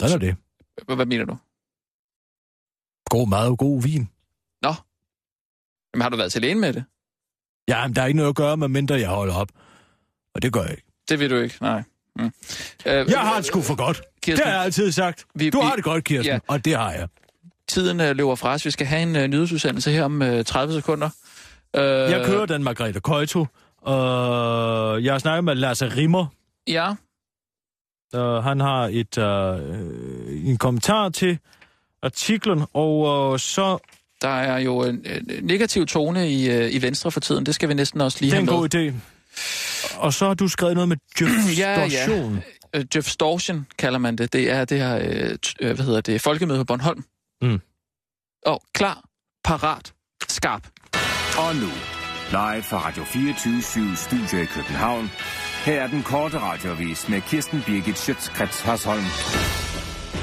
S5: Sådan er det.
S4: Hvad, hvad mener du?
S5: God mad og god vin.
S4: Jamen, har du været til lægen med det?
S5: Ja, men der er ikke noget at gøre, medmindre jeg holder op. Og det gør jeg ikke.
S4: Det vil du ikke, nej. Mm. Øh,
S5: Jeg har det sgu for godt. Det
S4: Kirsten,
S5: har jeg altid sagt.
S4: Vi-
S5: Du
S4: vi-
S5: har det godt, Kirsten,
S4: Ja.
S5: og det har jeg.
S4: tiden øh, løber fra os. Vi skal have en øh, nyhedsudsendelse her om øh, 30 sekunder. Øh,
S5: Jeg kører den Margrethe Køjto, og jeg har snakket med Lasse Rimmer.
S4: Ja,
S5: Uh, han har et uh, en kommentar til artiklen, og uh, så
S4: der er jo en øh, negativ tone i, øh, i Venstre for tiden. Det skal vi næsten også lige
S5: det er en
S4: have
S5: god
S4: med.
S5: idé. Og så har du skrevet noget med
S4: *clears throat* Ja,
S5: jurisdiktion.
S4: ja. Øh, Jeff Storchen kalder man det. Det er det her, øh, t- øh, hvad hedder det, folkemøde på Bornholm.
S5: Mm.
S4: Og klar, parat, skarp.
S6: Og nu, live fra Radio 24 Studio i København. Her er den korte radiovis med Kirsten Birgit Schøtzgrads Hasholm.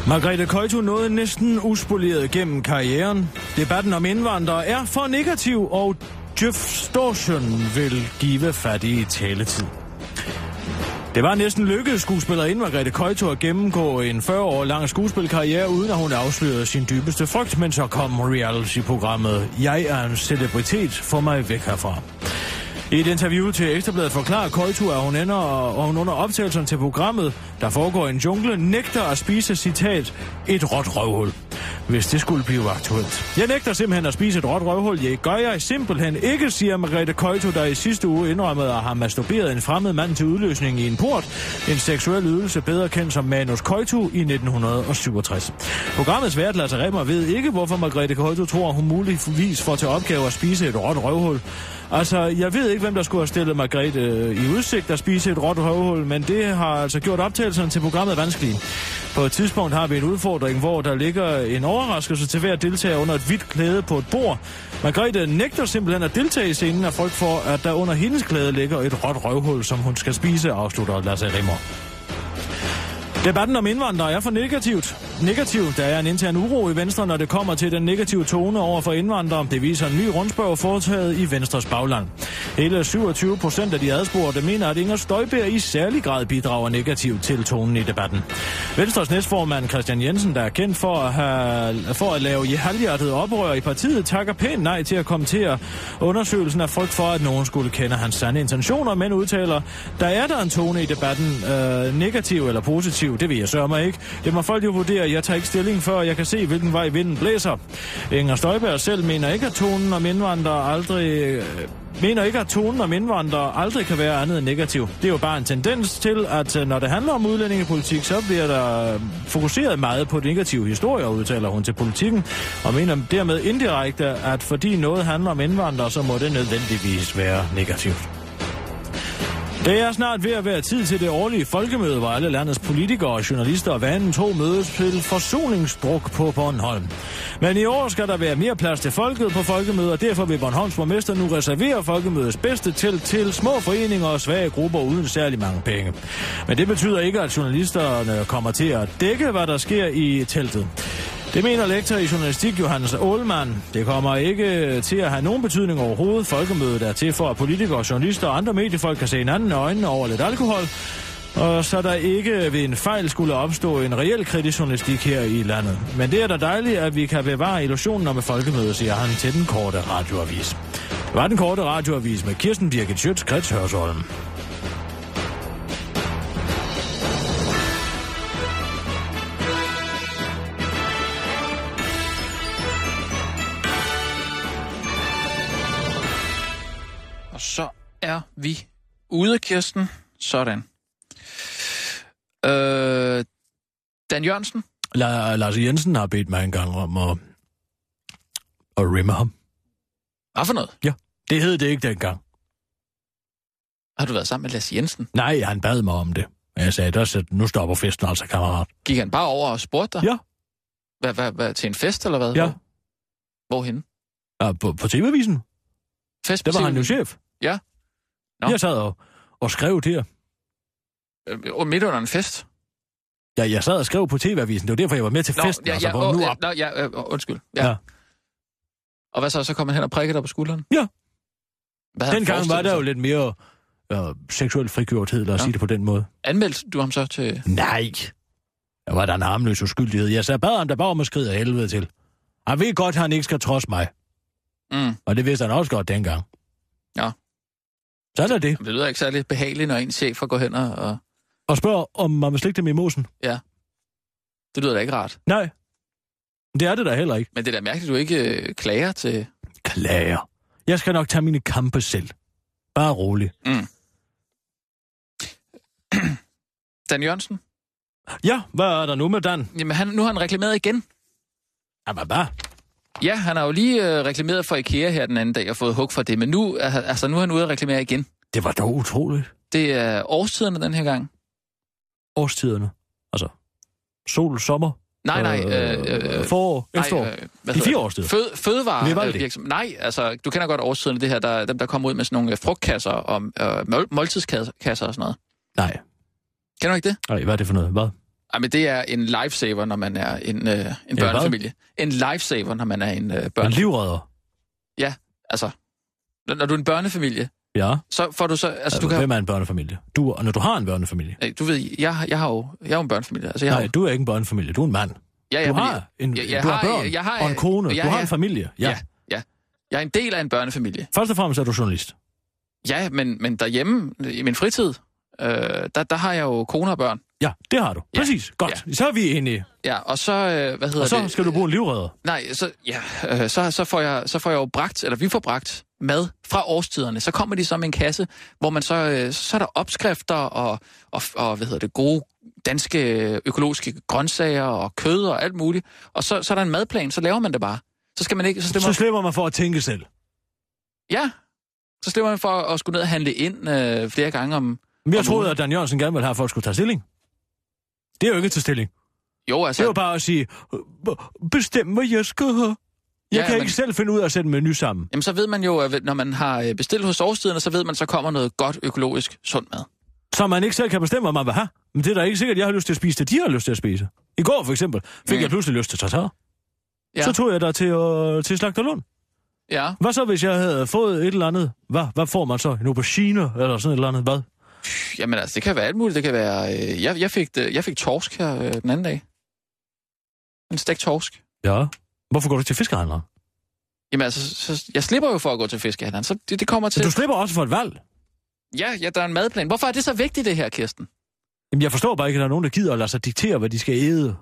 S5: Margrethe Køjto nåede næsten uspoleret gennem karrieren. Debatten om indvandrere er for negativ, og Jeff Storchen vil give fattige taletid. Det var næsten lykkedes skuespillerinde Margrethe Køjto at gennemgå en 40 år lang skuespilkarriere, uden at hun afslørede sin dybeste frygt, men så kom reality-programmet Jeg er en celebritet, få mig væk herfra. I et interview til Ekstrabladet forklarer Koitu, at hun, ender, og hun under optagelserne til programmet, der foregår i en jungle, nægter at spise, citat, et råt røvhul. Hvis det skulle blive aktuelt. Jeg nægter simpelthen at spise et råt røvhul. Jeg gør jeg simpelthen ikke, siger Margrethe Koitu, der i sidste uge indrømmede at have masturberet en fremmed mand til udløsning i en port. En seksuel ydelse bedre kendt som Manus Koitu i 1967. Programmets vært Lasse Remmer ved ikke, hvorfor Margrethe Koitu tror, hun muligvis får til opgave at spise et råt røvhul. Altså, jeg ved ikke, hvem der skulle have stillet Margrethe øh, i udsigt at spise et råt røvhul, men det har altså gjort optagelserne til programmet vanskelige. På et tidspunkt har vi en udfordring, hvor der ligger en overraskelse til hver deltager under et hvidt klæde på et bord. Margrethe nægter simpelthen at deltage i scenen af frygt for, at der under hendes klæde ligger et råt røvhul, som hun skal spise, afslutter Lasse Rimmer. Debatten om indvandrere er for negativt. Negativt, der er en intern uro i Venstre, når det kommer til den negative tone over for indvandrere. Det viser en ny rundspørg foretaget i Venstres bagland. Hele 27 procent af de adspurgte mener, at Inger Støjberg i særlig grad bidrager negativt til tonen i debatten. Venstres næstformand Christian Jensen, der er kendt for at, have, for at lave i halvhjertet oprør i partiet, takker pænt nej til at kommentere undersøgelsen af frygt for, at nogen skulle kende hans sande intentioner, men udtaler, der er der en tone i debatten, øh, negativ eller positiv, det vil jeg sørge mig ikke. Det må folk jo vurdere, jeg tager ikke stilling før, jeg kan se, hvilken vej vinden blæser. Inger Støjberg selv mener ikke, at tonen om indvandrere aldrig... øh, mener ikke, at tonen om indvandrere aldrig kan være andet end negativ. Det er jo bare en tendens til, at øh, når det handler om udlændingepolitik, så bliver der øh, fokuseret meget på negative historier, udtaler hun til politikken, og mener dermed indirekte, at fordi noget handler om indvandrere, så må det nødvendigvis være negativt. Det er snart ved at være tid til det årlige folkemøde, hvor alle landets politikere, journalister og vanen to mødes til forsoningsdruk på Bornholm. Men i år skal der være mere plads til folket på folkemødet, og derfor vil Bornholms borgmester nu reservere folkemødets bedste til til små foreninger og svage grupper uden særlig mange penge. Men det betyder ikke, at journalisterne kommer til at dække, hvad der sker i teltet. Det mener lektor i journalistik Johannes Åhlmann. Det kommer ikke til at have nogen betydning overhovedet. Folkemødet er til for, at politikere, journalister og andre mediefolk kan se hinanden i øjnene over lidt alkohol. Og så der ikke ved en fejl skulle opstå en reel kritisk journalistik her i landet. Men det er da dejligt, at vi kan bevare illusionen om et folkemøde, siger han til den korte radioavis. Det var den korte radioavis med Kirsten Birgit Schøtz, Krets Hørsholm.
S4: Og så er vi ude, Kirsten. Sådan. Øh, Dan Jørgensen.
S5: La- Lars Jensen har bedt mig engang om at, at rimme ham.
S4: Hvad for noget?
S5: Ja, det hed det ikke dengang.
S4: Har du været sammen med Lasse Jensen?
S5: Nej, han bad mig om det. Men Jeg sagde, der sæt, nu stopper festen altså, kammerat.
S4: Gik han bare over og spurgte dig?
S5: Ja.
S4: Hvad, hvad, hvad, til en fest eller hvad?
S5: Ja.
S4: Hvor? Hvorhenne?
S5: Og på, på TV-avisen,
S4: Fest
S5: der var
S4: på
S5: han jo
S4: scenen?
S5: chef.
S4: Ja. Nå.
S5: Jeg sad og, og skrev der.
S4: Øh, og midt under en fest?
S5: Ja, jeg sad og skrev på TV-avisen. Det var derfor, jeg var med til festen.
S4: ja,
S5: altså,
S4: ja,
S5: hvor
S4: åh,
S5: nu
S4: ja,
S5: op.
S4: nå, ja, øh, undskyld. Ja.
S5: Ja.
S4: ja. Og hvad så? Så kom han hen og prikkede dig på skulderen?
S5: Ja.
S4: Hvad havde han
S5: Dengang var
S4: forestillet
S5: der
S4: sig?
S5: jo lidt mere øh, seksuel frigjorthed, lad os ja.
S4: Ja.
S5: sige det på den måde.
S4: Anmeldte du ham så til...
S5: Nej. Jeg var da en harmløs uskyldighed. Jeg sagde, bad ham der bare om at skride af helvede til. Han ved godt, han ikke skal trods mig.
S4: Mm.
S5: Og det vidste han også godt dengang.
S4: Ja.
S5: Sådan er det.
S4: Det lyder ikke særlig behageligt, når ens chef går hen og... og...
S5: Og spørg, om man vil slægte dem i mosen.
S4: Det lyder da ikke rart.
S5: Nej. Det er det da heller ikke.
S4: Men det er da mærkeligt, at du ikke øh, klager til...
S5: Klager. Jeg skal nok tage mine kampe selv. Bare rolig.
S4: Dan Jørgensen?
S5: Ja, hvad er der nu med Dan?
S4: Jamen, han, nu har han reklameret igen.
S5: Jamen, hvad?
S4: Ja, han har jo lige øh, reklameret for IKEA her den anden dag og fået hug for det, men nu, er han- altså, nu er han ude at reklamere igen.
S5: Det var dog utroligt.
S4: Det er årstiderne den her gang.
S5: Årstiderne. Altså, sol, sommer,
S4: Nej, nej. Øh,
S5: øh,
S4: øh, øh,
S5: forår,
S4: nej,
S5: efterår.
S4: øh, hvad
S5: De
S4: hedder
S5: fire
S4: det?
S5: årstider.
S4: Fød, fødevare,
S5: Hvad var det?
S4: øh, virksom- Nej, altså, du kender godt årstiderne, det her, der, dem, der kommer ud med sådan nogle øh, frugtkasser og øh, mål- måltidskasser og sådan noget.
S5: Nej.
S4: Kender du ikke det?
S5: Nej, hvad er det for noget? Hvad?
S4: Ej, men det er en lifesaver, når man er en, øh, en børnefamilie. En lifesaver, når man er en øh, børn.
S5: En livredder.
S4: altså, når, når du er en børnefamilie,
S5: Ja.
S4: så får du så... Altså,
S5: Altså,
S4: du, kan,
S5: Hvem er en børnefamilie? Du, og når du har en børnefamilie.
S4: øh, du ved, jeg, har- jeg, har jo, jeg er jo en børnefamilie. Altså, jeg har,
S5: Nej, du er ikke en børnefamilie. Du er en mand.
S4: ja, ja,
S5: du
S4: men
S5: har
S4: jeg-
S5: en,
S4: jeg- jeg
S5: du har,
S4: har-
S5: børn
S4: jeg har-
S5: og en kone.
S4: jeg-
S5: du har
S4: jeg-
S5: en familie. Ja.
S4: ja. ja. Jeg er en del af en børnefamilie.
S5: Først og fremmest er du journalist.
S4: Ja, men, men derhjemme, i min fritid, øh, der, der har jeg jo kone og børn.
S5: Ja, det har du.
S4: Ja.
S5: Præcis. Godt. Så er vi enige.
S4: Ja, og så, øh, hvad hedder
S5: Og så
S4: det?
S5: skal du bruge en livredder.
S4: Nej, så, ja, øh, så, så, får jeg, så får jeg jo bragt, eller vi får bragt mad fra årstiderne. Så kommer de så med en kasse, hvor man så, øh, så er der opskrifter og, og, og hvad hedder det, gode danske økologiske grøntsager og kød og alt muligt. Og så, så er der en madplan, så laver man det bare. Så skal man ikke... Så stemmer,
S5: Så slipper man for at tænke selv.
S4: ja, så slipper man for at skulle ned og handle ind øh, flere gange om...
S5: Men jeg
S4: om
S5: troede,
S4: ugen.
S5: at Dan Jørgensen gerne ville have, at folk skulle tage stilling. Det er jo ikke til stilling.
S4: Jo, altså...
S5: Det er jo bare at sige, "B- bestem hvad jeg skal have. Jeg
S4: Ja,
S5: kan
S4: men-
S5: ikke selv finde ud af at sætte en menu sammen.
S4: Jamen, så ved man jo, at når man har øh, bestilt hos årstiderne, så ved man, så kommer noget godt økologisk sund mad.
S5: Så man ikke selv kan bestemme, hvad man vil have. Men det er da ikke sikkert, at jeg har lyst til at spise det, de har lyst til at spise. I går for eksempel fik
S4: Mm.
S5: jeg pludselig lyst til tartar.
S4: Ja.
S5: Så tog jeg der til, øh, til Slagterlund.
S4: Ja,
S5: Hvad så, hvis jeg havde fået et eller andet? Hvad, hvad får man så? En aubergine eller sådan et eller andet? Hvad?
S4: Pff, jamen altså, det kan være alt muligt. Det kan være... Øh, jeg, jeg, fik, det, jeg fik torsk her øh, den anden dag. En stegt torsk.
S5: Ja. Hvorfor går du ikke til fiskehandleren?
S4: Jamen altså, så, jeg slipper jo for at gå til fiskehandleren, så det, det kommer
S5: Så
S4: til...
S5: du slipper også for et valg.
S4: Ja, ja, der er en madplan. Hvorfor er det så vigtigt, det her, Kirsten?
S5: Jamen, jeg forstår bare ikke, at der er nogen, der gider at lade sig diktere, hvad de skal æde.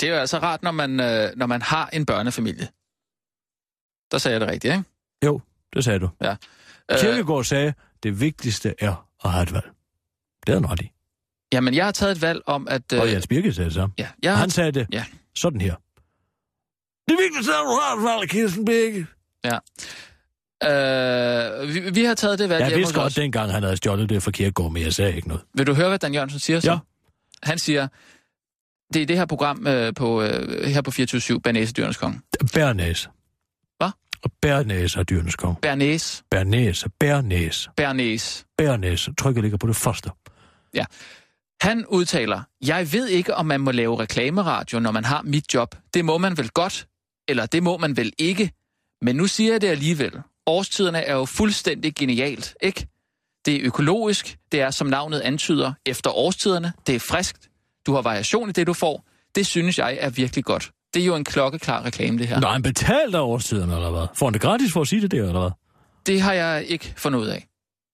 S4: Det er jo altså rart, når man, øh, når man har en børnefamilie. Der sagde jeg det rigtigt, ikke?
S5: Jo, det sagde du.
S4: Øh,
S5: Kirkegaard sagde, det vigtigste er at have et valg. Det er ret i.
S4: jamen, jeg har taget et valg om, at... øh,
S5: Og Jens Birke sagde det samme.
S4: ja, jeg,
S5: Og
S4: har-
S5: han sagde det
S4: Ja.
S5: sådan her. Det vigtigste er, at du har et valg, Kirsten Birke.
S4: øh, vi, vi har taget det valg
S5: Jeg
S4: hjemme
S5: vidste
S4: hos
S5: godt,
S4: os.
S5: dengang han havde stjålet det fra Kirkegaard, men jeg sagde ikke noget.
S4: Vil du høre, hvad Dan Jørgensen siger så?
S5: Ja.
S4: Han siger, det er i det her program øh, på, øh, her på 24-7, Bernæse Dyrenes Konge.
S5: Bernæs.
S4: Hvad?
S5: Og Bernæs er dyrenes kong.
S4: Bernæs,
S5: Bernæs, Bernæs,
S4: Bernæs.
S5: Bernæs. Trykket ligger på det første.
S4: Han udtaler, jeg ved ikke, om man må lave reklameradio, når man har mit job. Det må man vel godt, eller det må man vel ikke. Men nu siger jeg det alligevel. Årstiderne er jo fuldstændig genialt, ikke? Det er økologisk, det er, som navnet antyder, efter årstiderne, det er friskt, du har variation i det, du får. Det synes jeg er virkelig godt. Det er jo en klokkeklar reklame, det her.
S5: Ja. Nå, han betalte årstiden, eller hvad? Får han det gratis for at sige det der, eller hvad?
S4: Det har jeg ikke fundet ud af.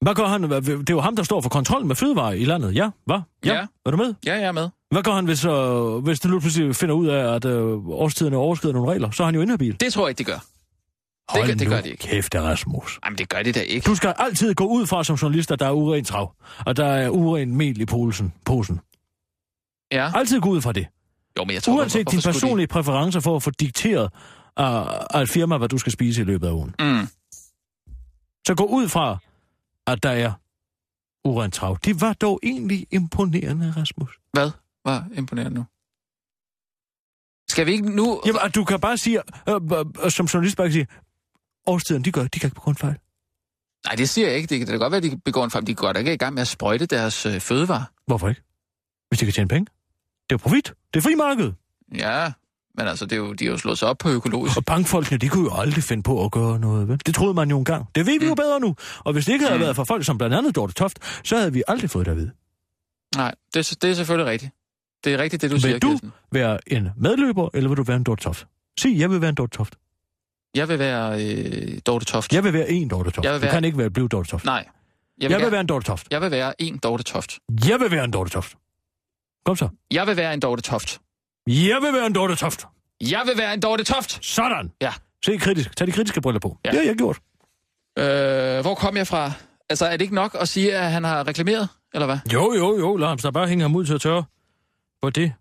S5: Hvad gør han? Hvad- Det er jo ham, der står for kontrollen med fødevarer i landet. Ja, hvad?
S4: Ja.
S5: Er du med?
S4: Ja, jeg er med.
S5: Hvad gør han, hvis, øh, hvis du nu pludselig finder ud af, at øh, årstiden er overskrevet nogle regler? Så er han jo inhabil.
S4: Det tror jeg ikke, det gør.
S5: Hold
S4: gør- det
S5: nu
S4: gør de ikke.
S5: kæft, Rasmus.
S4: Jamen, det gør det da ikke.
S5: Du skal altid gå ud fra som journalist, at der er uren trav, og der er uren mel i posen. posen.
S4: Ja.
S5: Altid gå ud fra det.
S4: Jo, men Ah. jeg tror,
S5: Uanset
S4: hvorfor-
S5: dine
S4: hvorfor skulle
S5: personlige præferencer for at få dikteret af, af et firma, hvad du skal spise i løbet af ugen.
S4: de- Mm.
S5: Så gå ud fra, at der er uren trav. Det var dog egentlig imponerende, Rasmus.
S4: Hvad var imponerende nu? Skal vi ikke nu...
S5: Jamen, at du kan bare sige, øh, øh, som journalist bare kan sige, årstiden, de gør, de kan ikke begå en fejl.
S4: Nej, det siger jeg ikke. Det kan da godt være, de begår en fejl. De går da ikke i gang med at sprøjte deres øh, fødevare.
S5: Hvorfor ikke? Hvis de kan tjene penge. Det er jo profit. Det er fri marked.
S4: Ja, men altså, det er jo, de har jo slået sig op på økologisk.
S5: Og bankfolkene, de kunne jo aldrig finde på at gøre noget, vel? Det troede man jo engang. Det ved vi jo bedre nu. Og hvis det ikke havde
S4: Mm.
S5: været for folk som blandt andet Dorte Toft, så havde vi aldrig fået det at vide.
S4: Nej, det, er- det er selvfølgelig rigtigt. Det er rigtigt, det du
S5: Vil
S4: siger,
S5: du-
S4: Kirsten.
S5: Være en medløber, eller vil du være en Dorte Toft? Sig, jeg vil være en Dorte Toft.
S4: Jeg vil være øh, Dorte Toft.
S5: Jeg vil være en Dorte Toft.
S4: Jeg vil
S5: Du
S4: være-
S5: kan ikke være blive Dorte Toft.
S4: Nej, jeg vil,
S5: jeg vil
S4: gerne-
S5: være en Dorte Toft.
S4: jeg vil være en Dorte Toft.
S5: Jeg vil være en Dorte Toft. Kom så.
S4: Jeg vil være en Dorte Toft.
S5: Jeg vil være en Dorte Toft.
S4: Jeg vil være en Dorte Toft!
S5: Sådan.
S4: Ja.
S5: Se kritisk. Tag de kritiske briller på.
S4: Ja.
S5: Det har jeg gjort.
S4: Øh, hvor kom jeg fra? Altså, er det ikke nok at sige, at han har reklameret, eller hvad?
S5: Jo, jo, jo. Lad ham så bare hænge ham ud til at tørre. Hvor er det?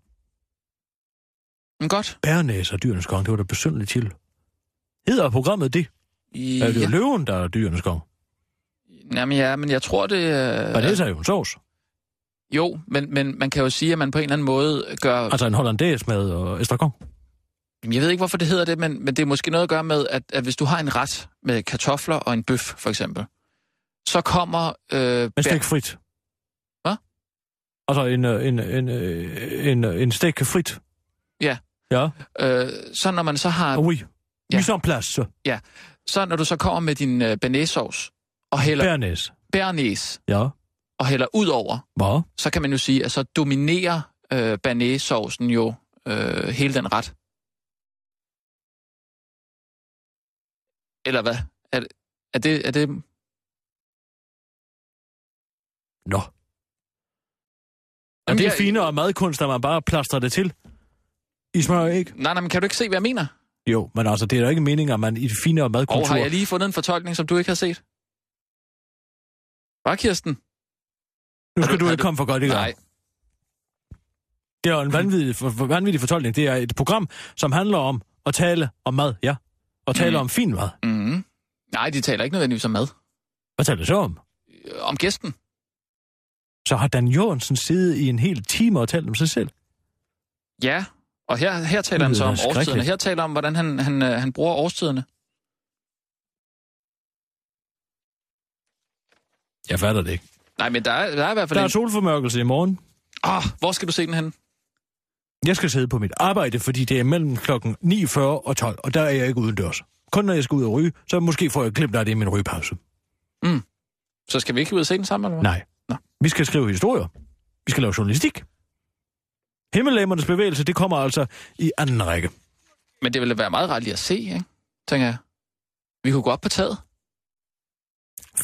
S4: Men godt.
S5: Bærnæs og dyrenes kong, det var da besynderligt til. Hedder programmet det?
S4: I,
S5: Er det jo løven, der er dyrenes kong?
S4: Jamen ja, men jeg tror det... Øh,
S5: Bernæs er jo en sovs.
S4: Jo, men, men man kan jo sige, at man på en eller anden måde gør... Altså,
S5: Altså en hollandaise med og estragon.
S4: jeg ved ikke, hvorfor det hedder det, men, men det er måske noget at gøre med, at, at hvis du har en ret med kartofler og en bøf, for eksempel, så kommer... Øh,
S5: Men
S4: bær-
S5: stegt frit.
S4: Hvad?
S5: Altså en, øh, en, en, øh, en, øh, en stegt frit.
S4: Ja.
S5: Ja,
S4: øh, så når man så har...
S5: og oui.
S4: Ja.
S5: Ja. Mise en place.
S4: Så når du så kommer med din øh, bearnaisesauce og hælder
S5: Bernæs.
S4: bearnaise
S5: Ja.
S4: og hælder ud over,
S5: Hvad?
S4: så kan man jo sige, at så dominerer øh, bearnaisesaucen jo øh, hele den ret. Eller hvad? Er, det- er, det, er det...
S5: Nå. Jamen, det er
S4: jeg-
S5: finere madkunst, at man bare plaster det til. I smør ikke?
S4: Nej, nej, men kan du ikke se, hvad jeg mener?
S5: Jo, men altså, det er da ikke meningen, at man i det finere
S4: Og
S5: madkultur...
S4: har jeg lige fundet en fortolkning, som du ikke har set? Var Kirsten?
S5: Nu
S4: Har
S5: skal
S4: du-
S5: du,
S4: har
S5: ikke
S4: du-
S5: komme for godt i gang.
S4: Nej.
S5: Det er jo en vanvittig, for, for vanvittig fortolkning. Det er et program, som handler om at tale om mad, ja. Og tale
S4: Mhm.
S5: om fin mad.
S4: Mm-hmm. Nej, de taler ikke nødvendigvis om mad.
S5: Hvad taler det så om?
S4: Øh, Om gæsten.
S5: Så har Dan Jørgensen siddet i en hel time og talt om sig selv.
S4: Ja. Og her, her taler
S5: Det
S4: han så
S5: lyder
S4: om
S5: skrækkeligt.
S4: årstiderne. Her taler han om, hvordan han, han, øh, han bruger årstiderne.
S5: Jeg fatter det ikke.
S4: Nej, men der er, der er Ah! i hvert fald
S5: Der er
S4: en...
S5: solformørkelse i morgen.
S4: Åh, hvor skal du se den henne?
S5: Jeg skal sidde på mit arbejde, fordi det er mellem klokken 9.40 og 12, og der er jeg ikke udendørs. Kun når jeg skal ud og ryge, så måske får jeg glemt af det i min rygepause.
S4: Så skal vi ikke ud og se den sammen, eller hvad?
S5: Nej.
S4: Nå.
S5: Vi skal skrive historier. Vi skal lave journalistik. Himmellæmmernes bevægelse, det kommer altså i anden række.
S4: Men det ville være meget rart lige at se, ikke? Tænker jeg. Vi kunne gå op på taget.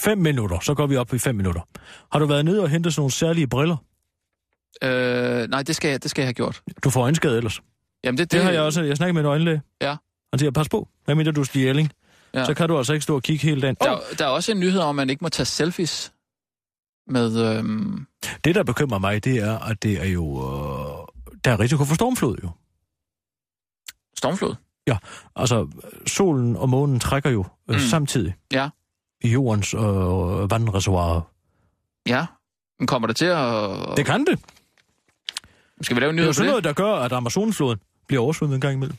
S5: Fem minutter, så går vi op i fem minutter. Har du været nede og hentet sådan nogle særlige briller?
S4: Øh, nej, det skal, jeg, det skal jeg have gjort.
S5: Du får øjenskade ellers. Det,
S4: Jamen, det,
S5: det har jeg også. Jeg snakker med en øjenlæge.
S4: Ja.
S5: Han siger, pas på. Hvad mindre du er Stig Elling?
S4: Ja.
S5: Ja. Så kan du altså ikke stå og kigge hele dagen.
S4: Der,
S5: Oh,
S4: der er også en nyhed om, at man ikke må tage selfies med... Øhm,
S5: det, der bekymrer mig, det er, at det er jo... Øh, der er risiko for stormflod jo.
S4: stormflod.
S5: Altså, solen og månen trækker jo øh,
S4: Mm.
S5: mm. samtidig.
S4: Ja.
S5: I jordens øh, vandreservoirer.
S4: Ja. Men kommer der til at...
S5: Det kan det.
S4: Skal vi lave en
S5: Det
S4: nyhed
S5: er jo
S4: på
S5: sådan
S4: det?
S5: noget, der gør, at Amazonfloden bliver oversvømmet en gang imellem.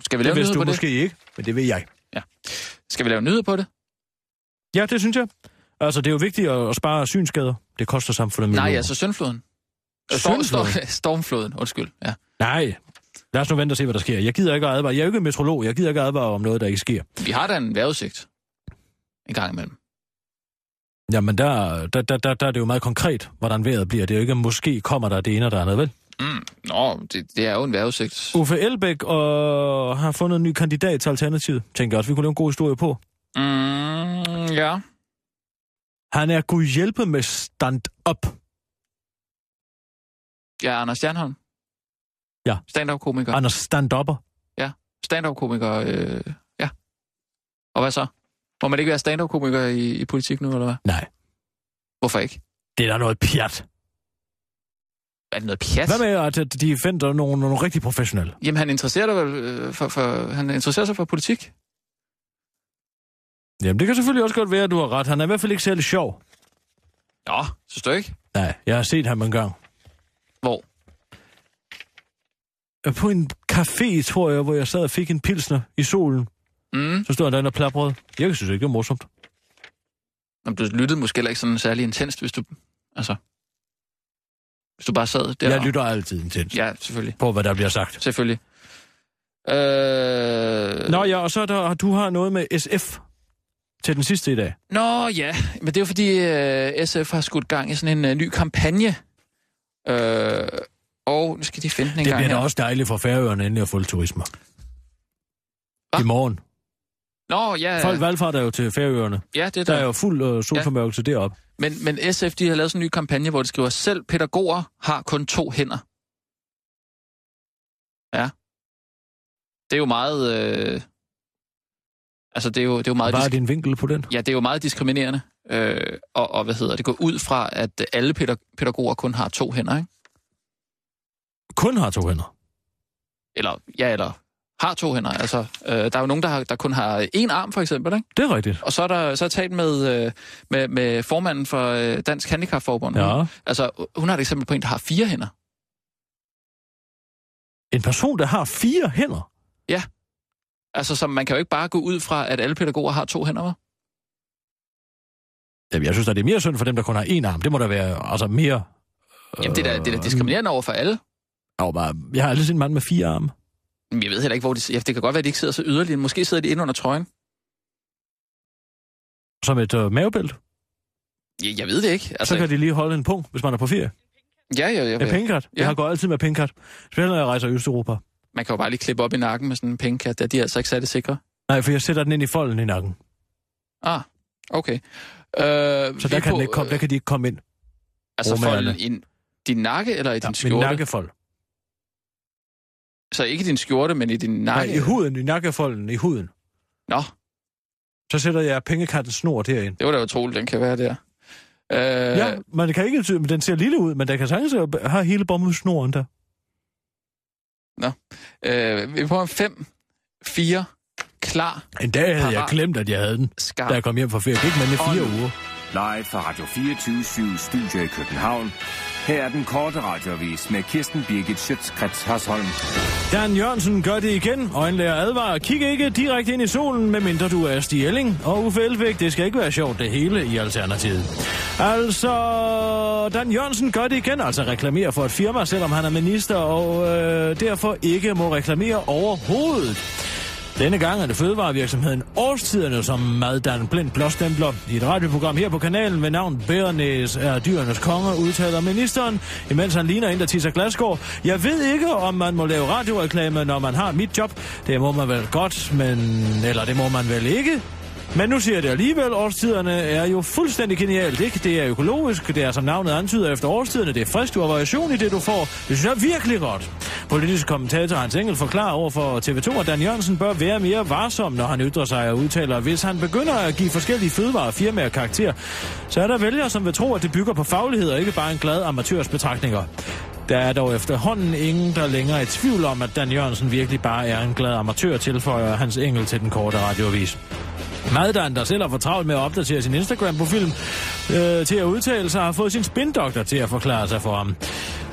S4: Skal vi lave
S5: Det
S4: en
S5: vidste
S4: nyhed
S5: du
S4: på det?
S5: måske ikke, men det ved jeg.
S4: Skal vi lave en nyhed på det?
S5: Ja, det synes jeg. Altså, det er jo vigtigt at at spare synsskader. Det koster samfundet
S4: Nej,
S5: millioner.
S4: altså Søndfloden. Øh, Storm, storm,
S5: Syndfloden?
S4: *laughs* stormfloden, undskyld. Ja.
S5: Nej, lad os nu vente og se, hvad der sker. Jeg gider ikke at advare. Jeg er jo ikke en metrolog. Jeg gider ikke at advare om noget, der ikke sker.
S4: Vi har da en vejrudsigt. En gang imellem.
S5: Jamen, der, der, der, der, der er det jo meget konkret, hvordan vejret bliver. Det er jo ikke, måske kommer der det ene og der andet, vel?
S4: Mm. Nå, det, det er jo en vejrudsigt.
S5: Uffe Elbæk og har fundet en ny kandidat til Alternativet. Tænker jeg også, vi kunne lave en god historie på.
S4: Mm, ja.
S5: Han er god hjælpe med stand-up.
S4: Ja, Anders Stjernholm.
S5: Ja.
S4: Stand-up-komiker.
S5: Anders stand-upper.
S4: stand-up-komiker, øh, ja. Og hvad så? Må man ikke være stand-up-komiker i, i politik nu, eller hvad?
S5: Nej,
S4: Hvorfor ikke?
S5: det er da noget pjat.
S4: Er det noget pjat?
S5: Hvad med, at at de finder nogle, nogle rigtig professionelle?
S4: Jamen, han interesserer, dig vel, øh, for, for, han interesserer sig for politik.
S5: Jamen, det kan selvfølgelig også godt være, at du har ret. Han er i hvert fald ikke særlig sjov.
S4: Nå, synes du ikke?
S5: Nej, jeg har set ham engang.
S4: Hvor?
S5: På en café, tror jeg, hvor jeg sad og fik en pilsner i solen.
S4: Mm.
S5: Så stod han derinde og plaprede. Jeg synes ikke, det var morsomt.
S4: Jamen, du lyttede måske heller ikke sådan særlig intenst, hvis du... Altså... Hvis du bare sad der.
S5: Der. Jeg lytter altid intens ja.
S4: Ja, selvfølgelig.
S5: på, hvad der bliver sagt.
S4: Selvfølgelig. Øh...
S5: Nå ja, og så er der, du har noget med SF til den sidste i dag.
S4: Nå ja, men det er jo fordi øh, SF har skudt gang i sådan en øh, ny kampagne. Øh, og nu skal de finde den en
S5: Det
S4: gang
S5: bliver da
S4: her.
S5: også dejligt for færøerne endelig at få lidt turisme.
S4: Hva?
S5: I morgen.
S4: Nå ja,
S5: Folk valgfarter jo til færøerne.
S4: ja det er
S5: Der
S4: der.
S5: er jo fuld øh, solformørkelse ja. deroppe.
S4: Men, men SF de har lavet sådan en ny kampagne, hvor de skriver, selv pædagoger har kun to hænder. Ja. Det er jo meget... Øh, altså det er jo, det er jo meget...
S5: Hvad er din vinkel på den?
S4: Ja, det er jo meget diskriminerende. Øh, og, og hvad hedder det? Går ud fra, at alle pædag- pædagoger kun har to hænder, ikke?
S5: Kun har to hænder.
S4: Eller, ja, eller har to hænder. Altså, øh, der er jo nogen, der, har, der kun har en arm, for eksempel, ikke?
S5: Det er rigtigt.
S4: Og så er der så er jeg talt med, øh, med, med formanden for øh, Dansk Handicapforbund. Hun,
S5: Ja.
S4: altså, hun har et eksempel på en, der har fire hænder.
S5: En person, der har fire hænder.
S4: Altså, som man kan jo ikke bare gå ud fra, at alle pædagoger har to hænder, hva'?
S5: Jamen, jeg synes, at det er mere synd for dem, der kun har én arm. Det må da være altså mere...
S4: Jamen, det er da, det
S5: Øh.
S4: er da diskriminerende over for alle.
S5: Jo, bare, jeg har aldrig set en mand med fire arme.
S4: Men jeg ved heller ikke, hvor de... Ja, det kan godt være, at de ikke sidder så yderligt. Måske sidder de inde under trøjen.
S5: Som et øh, mavebælt.
S4: Jeg, jeg ved det ikke.
S5: Altså,
S4: Altså,
S5: så kan de lige holde en punkt, hvis man er på ferie.
S4: ja, ja, ja,
S5: Ja,
S4: ja.
S5: pengekat.
S4: Ja.
S5: Jeg har gået altid med pengekat. Specielt når jeg rejser i Østeuropa.
S4: Man kan jo bare lige klippe op i nakken med sådan en pengekat, der de er altså ikke særlig sikre.
S5: Nej, for jeg sætter den ind i folden i nakken.
S4: Ah, okay. Øh,
S5: Så der kan, den ikke komme, der kan de ikke komme ind.
S4: Altså
S5: Romaerne.
S4: folden i en- din nakke eller i din
S5: Ja,
S4: ja,
S5: min
S4: skjorte? Nakke.
S5: nakkefold.
S4: Så ikke i din skjorte, men i din
S5: Nej,
S4: nakke?
S5: i huden, i nakkefolden, i huden.
S4: Nå,
S5: Så sætter jeg pengekattens snor derind.
S4: det var da utroligt, den kan være der. Øh,
S5: Ja, man kan ikke tyde, men den ser lille ud, men den kan sagtens have- have hele bommesnoren der.
S4: øh, vi prøver 5, 4, klar,
S5: En dag havde jeg
S4: Parat.
S5: glemt, at jeg havde den,
S4: skarp.
S5: da jeg kom hjem fra ferie. Det gik man i fire uger.
S6: Live fra Radio 24 Studio i København. Her er den korte radiovis med Kirsten Birgit Schøtzgrads Hasholm.
S5: Dan Jørgensen gør det igen. Øjenlæger advarer. Kig ikke direkte ind i solen, medmindre du er Stig Elling. Og Uffe Elbæk, det skal ikke være sjovt det hele i Alternativet. Altså, Dan Jørgensen gør det igen, altså reklamerer for et firma, selvom han er minister, og øh, derfor ikke må reklamere overhovedet. Denne gang er det fødevarevirksomheden Årstiderne, som Maddan Blind blåstempler. I et radioprogram her på kanalen med navn Bærenæs er dyrenes konge, udtaler ministeren, imens han ligner en, der tisser glasgård. Jeg ved ikke, om man må lave radioreklame, når man har mit job. Det må man vel godt, men... Eller det må man vel ikke? Men nu siger jeg det alligevel, årstiderne er jo fuldstændig genialt, ikke? Det er økologisk, det er som navnet antyder efter årstiderne, det er frisk, du har variation i det, du får. Det synes jeg er virkelig godt. Politisk kommentator Hans Engel forklarer over for TV2, at Dan Jørgensen bør være mere varsom, når han ytrer sig og udtaler, hvis han begynder at give forskellige fødevarefirmaer karakter, så er der vælgere, som vil tro, at det bygger på faglighed og ikke bare en glad amatørs betragtninger. Der er dog efterhånden ingen, der længere er i tvivl om, at Dan Jørgensen virkelig bare er en glad amatør, tilføjer Hans Engel til den korte radioavis. Maddan, der selv har for travlt med at opdatere sin Instagram-profil øh, til at udtale sig, har fået sin spindoktor til at forklare sig for ham.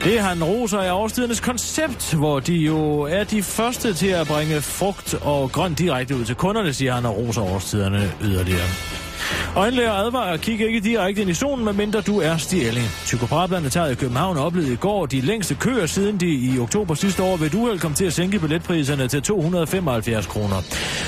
S5: Det han roser er årstidernes koncept, hvor de jo er de første til at bringe frugt og grønt direkte ud til kunderne, siger han og roser årstiderne yderligere. Øjenlæger advarer, kig ikke direkte ind i solen, medmindre du er stjæling. Psykopratplanetariet i København oplevede i går de længste køer, siden de i oktober sidste år ved et uheld kom til at sænke billetpriserne til 275 kroner.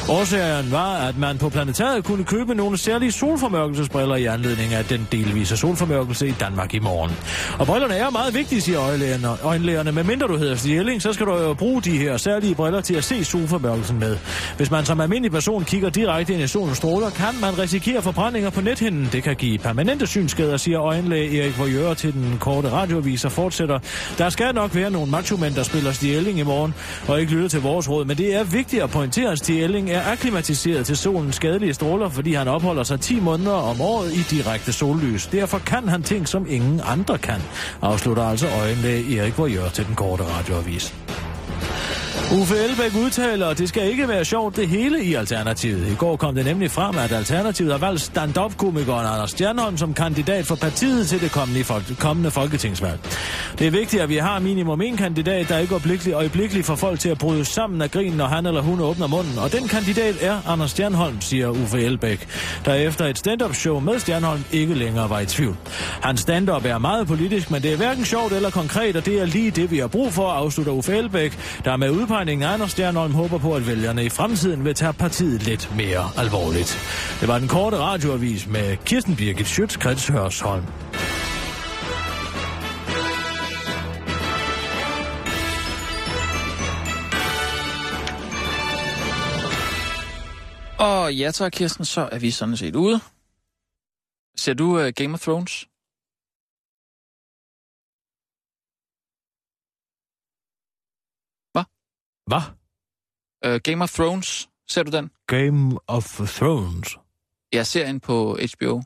S5: Årsagen var, at man på planetariet kunne købe nogle særlige solformørkelsesbriller i anledning af den delvise solformørkelse i Danmark i morgen. Og brillerne er meget vigtige, siger øjenlægerne. øjenlægerne. Medmindre du hedder Stjæling, så skal du jo bruge de her særlige briller til at se solformørkelsen med. Hvis man som almindelig person kigger direkte ind i solens stråler, kan man risikere forbrændinger på nethinden. Det kan give permanente synsskader, siger øjenlæge Erik Voyeur til den korte radioavis og fortsætter. Der skal nok være nogle machomænd, der spiller Stjæling i morgen og ikke lytter til vores råd, men det er vigtigt at pointere, at Stjæling er akklimatiseret til solens skadelige stråler, fordi han opholder sig 10 måneder om året i direkte sollys. Derfor kan han ting, som ingen andre kan, afslutter altså øjenlæge Erik Voyeur til den korte radioavis. Uffe Elbæk udtaler, at det skal ikke være sjovt det hele i Alternativet. I går kom det nemlig frem, at Alternativet har valgt stand-up-komikeren Anders Stjernholm som kandidat for partiet til det kommende, folk- kommende folketingsvalg. Det er vigtigt, at vi har minimum en kandidat, der ikke øjeblikkeligt, øjeblikkeligt får folk til at bryde sammen af grin, når han eller hun åbner munden. Og den kandidat er Anders Stjernholm, siger Uffe Elbæk, der efter et stand-up-show med Stjernholm ikke længere var i tvivl. Hans stand-up er meget politisk, men det er hverken sjovt eller konkret, og det er lige det, vi har brug for, afslutter Uffe Elbæk, der med udpegningen af Anders Stjernholm håber på, at vælgerne i fremtiden vil tage partiet lidt mere alvorligt. Det var den korte radioavis med Kirsten Birgit Schøtzgrads Hørsholm.
S4: Og ja tak, Kirsten, så er vi sådan set ude. Ser du uh, Game of Thrones?
S5: Hvad?
S4: Uh, Game of Thrones, ser du den?
S5: Game of Thrones.
S4: Jeg ser en på HBO.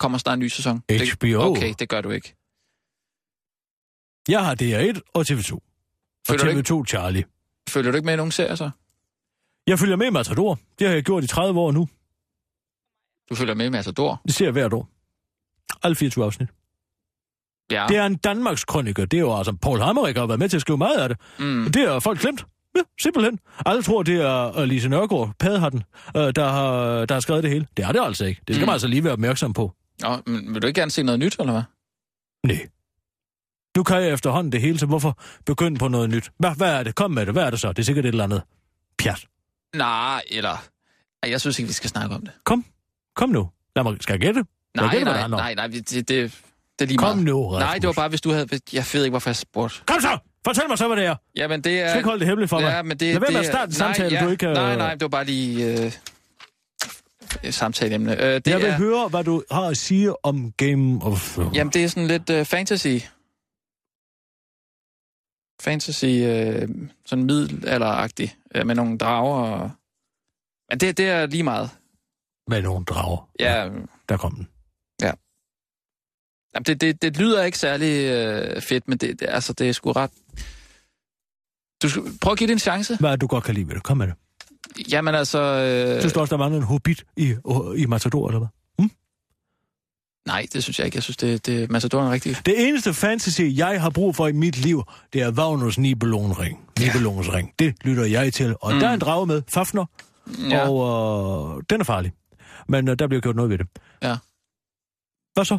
S4: Kommer snart en ny sæson. Det,
S5: HBO?
S4: okay, det gør du ikke.
S5: Jeg har DR1 og TV2. Og
S4: Følger du ikke,
S5: TV2 Charlie.
S4: følger du ikke med i nogen serier så?
S5: Jeg følger med i Matador. Det har jeg gjort i 30 år nu.
S4: Du følger med i Matador?
S5: Det ser jeg hvert år. Alle 24 afsnit.
S4: Ja.
S5: Det er en Danmarks kroniker. Det er jo altså, Paul Hammerik har været med til at skrive meget af det.
S4: Mm.
S5: Og det er folk glemt. Ja, simpelthen. Alle tror, det er øh, Lise Nørgaard, padehatten, øh, der har, der har skrevet det hele. Det er det altså ikke. Det skal
S4: Mm.
S5: mm. man altså lige være opmærksom på.
S4: Nå, men vil du ikke gerne se noget nyt, eller hvad?
S5: Nej. Nu kan jeg efterhånden det hele, så hvorfor begynde på noget nyt? Hvad, hvad er det? Kom med det. Hvad er det så? Det er sikkert et eller andet. Pjat.
S4: Nej, eller... Ej, jeg synes ikke, vi skal snakke om det.
S5: Kom. Kom nu. Lad mig, skal jeg gætte? Jeg
S4: Nej,
S5: gætter, hvad det
S4: nej,
S5: handler om.
S4: nej, nej, vi- det, det, det er lige
S5: Kom
S4: meget.
S5: nu, Rasmus.
S4: Nej, det var bare, hvis du havde... Jeg ved ikke, hvorfor jeg spurgte.
S5: Kom så! Fortæl mig så, hvad det er. Du
S4: Jamen, det er...
S5: skal ikke holde det hemmeligt for mig.
S4: Ja, men det,
S5: Lad være
S4: det,
S5: med at starte en samtale,
S4: nej,
S5: du ikke... øh,
S4: Nej, nej, det var bare lige... Øh... et samtaleemne. Øh, det
S5: Jeg vil
S4: er,
S5: høre, hvad du har at sige om Game of Thrones.
S4: Jamen, det er sådan lidt øh, fantasy. Fantasy, øh, sådan middelalderagtig, øh, med nogle drager. Og... Men det, det er lige meget.
S5: Med nogle drager.
S4: Ja, øh,
S5: Der kom den.
S4: jamen, det, det, det lyder ikke særlig øh, fedt, men det, det, altså, det er sgu ret... Du skal, prøv at give det en chance.
S5: Hvad er det, du godt kan lide ved det? Kom med det.
S4: Jamen altså... Øh,
S5: Du står også, der mangler en hobbit i, i Matador, eller hvad?
S4: Nej, det synes jeg ikke. Jeg synes, det, det Matador er en rigtig...
S5: Det eneste fantasy, jeg har brug for i mit liv, det er Wagners Nibelungenring. Nibelungenring. Det lytter jeg til. Og mm. der er en drage med, Fafner, ja.
S4: Ja.
S5: og øh, den er farlig. Men øh, der bliver gjort noget ved det.
S4: Ja.
S5: Hvad så?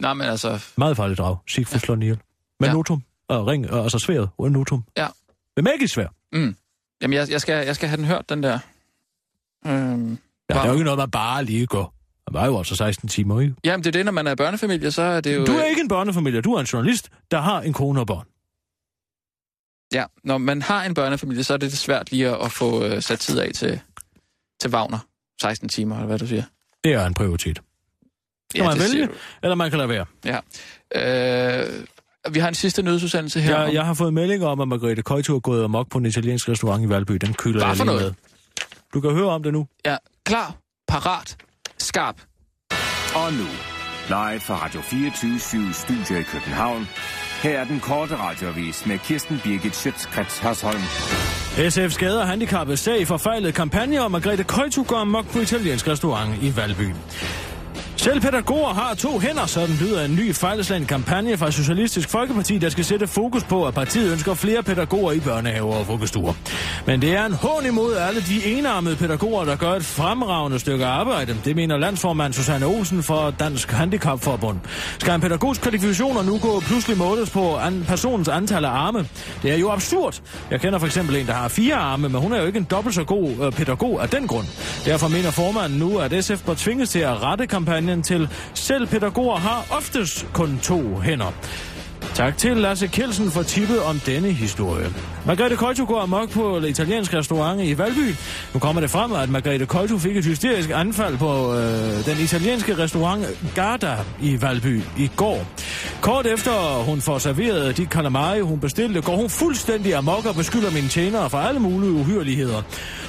S4: Nej, men altså...
S5: Meget farlig drag. Sigfrid ja. slår den ihjel. Med ja.
S4: Ja.
S5: notum. Og ring, og altså sværet uden notum.
S4: Ja.
S5: Med magisk svær.
S4: Mm. Jamen, jeg, jeg, skal, jeg skal have den hørt, den der. Øhm,
S5: Ja, det er
S4: Wow.
S5: jo ikke noget, man bare lige går. Man var jo altså 16 timer, ikke?
S4: jamen, det er det, når man er børnefamilie, så er det jo...
S5: Du er ikke en børnefamilie, du er en journalist, der har en kone og børn.
S4: Ja, når man har en børnefamilie, så er det svært lige at, at få øh, sat tid af til, til Wagner. 16 timer, eller hvad du siger.
S5: Det er en prioritet. Skal man
S4: det
S5: vælge?
S4: siger
S5: Eller man kan lade være.
S4: du. Øh, vi har en sidste nødsudsendelse her.
S5: Jeg, jeg har fået meldinger om, at Margrethe Køjto er gået amok på en italiensk restaurant i Valby. Den køler
S4: Hvad
S5: jeg
S4: for
S5: lige med.
S4: noget?
S5: Du kan høre om det nu.
S4: Ja, klar, parat, skarp.
S6: Og nu, live fra Radio 24 Studio i København. Her er den korte radiovis med Kirsten Birgit Schøtzgrads Hasholm.
S5: SF skader handicappede sag for fejlet kampagne, og Margrethe Køjto går amok på italiensk restaurant i Valby. Selv pædagoger har to hænder, sådan lyder en ny fejlslagen kampagne fra Socialistisk Folkeparti, der skal sætte fokus på, at partiet ønsker flere pædagoger i børnehaver og vuggestuer. Men det er en hån imod alle de enarmede pædagoger, der gør et fremragende stykke arbejde. Det mener landsformand Susanne Olsen fra Dansk Handicapforbund. Skal en pædagogisk kvalifikationer nu gå pludselig måles på an personens antal af arme? Det er jo absurd. Jeg kender for eksempel en, der har fire arme, men hun er jo ikke en dobbelt så god øh, pædagog af den grund. Derfor mener formanden nu, at SF bør tvinges til at rette kampagnen til selv pædagoger har oftest kun to hænder. Tak til Lasse Kelsen for tippet om denne historie. Margrethe Køjto går amok på et italiensk restaurant i Valby. Nu kommer det frem, at Margrethe Køjto fik et hysterisk anfald på øh, den italienske restaurant Garda i Valby i går. Kort efter hun får serveret de calamari, hun bestilte, går hun fuldstændig amok og beskylder mine tjenere for alle mulige uhyreligheder.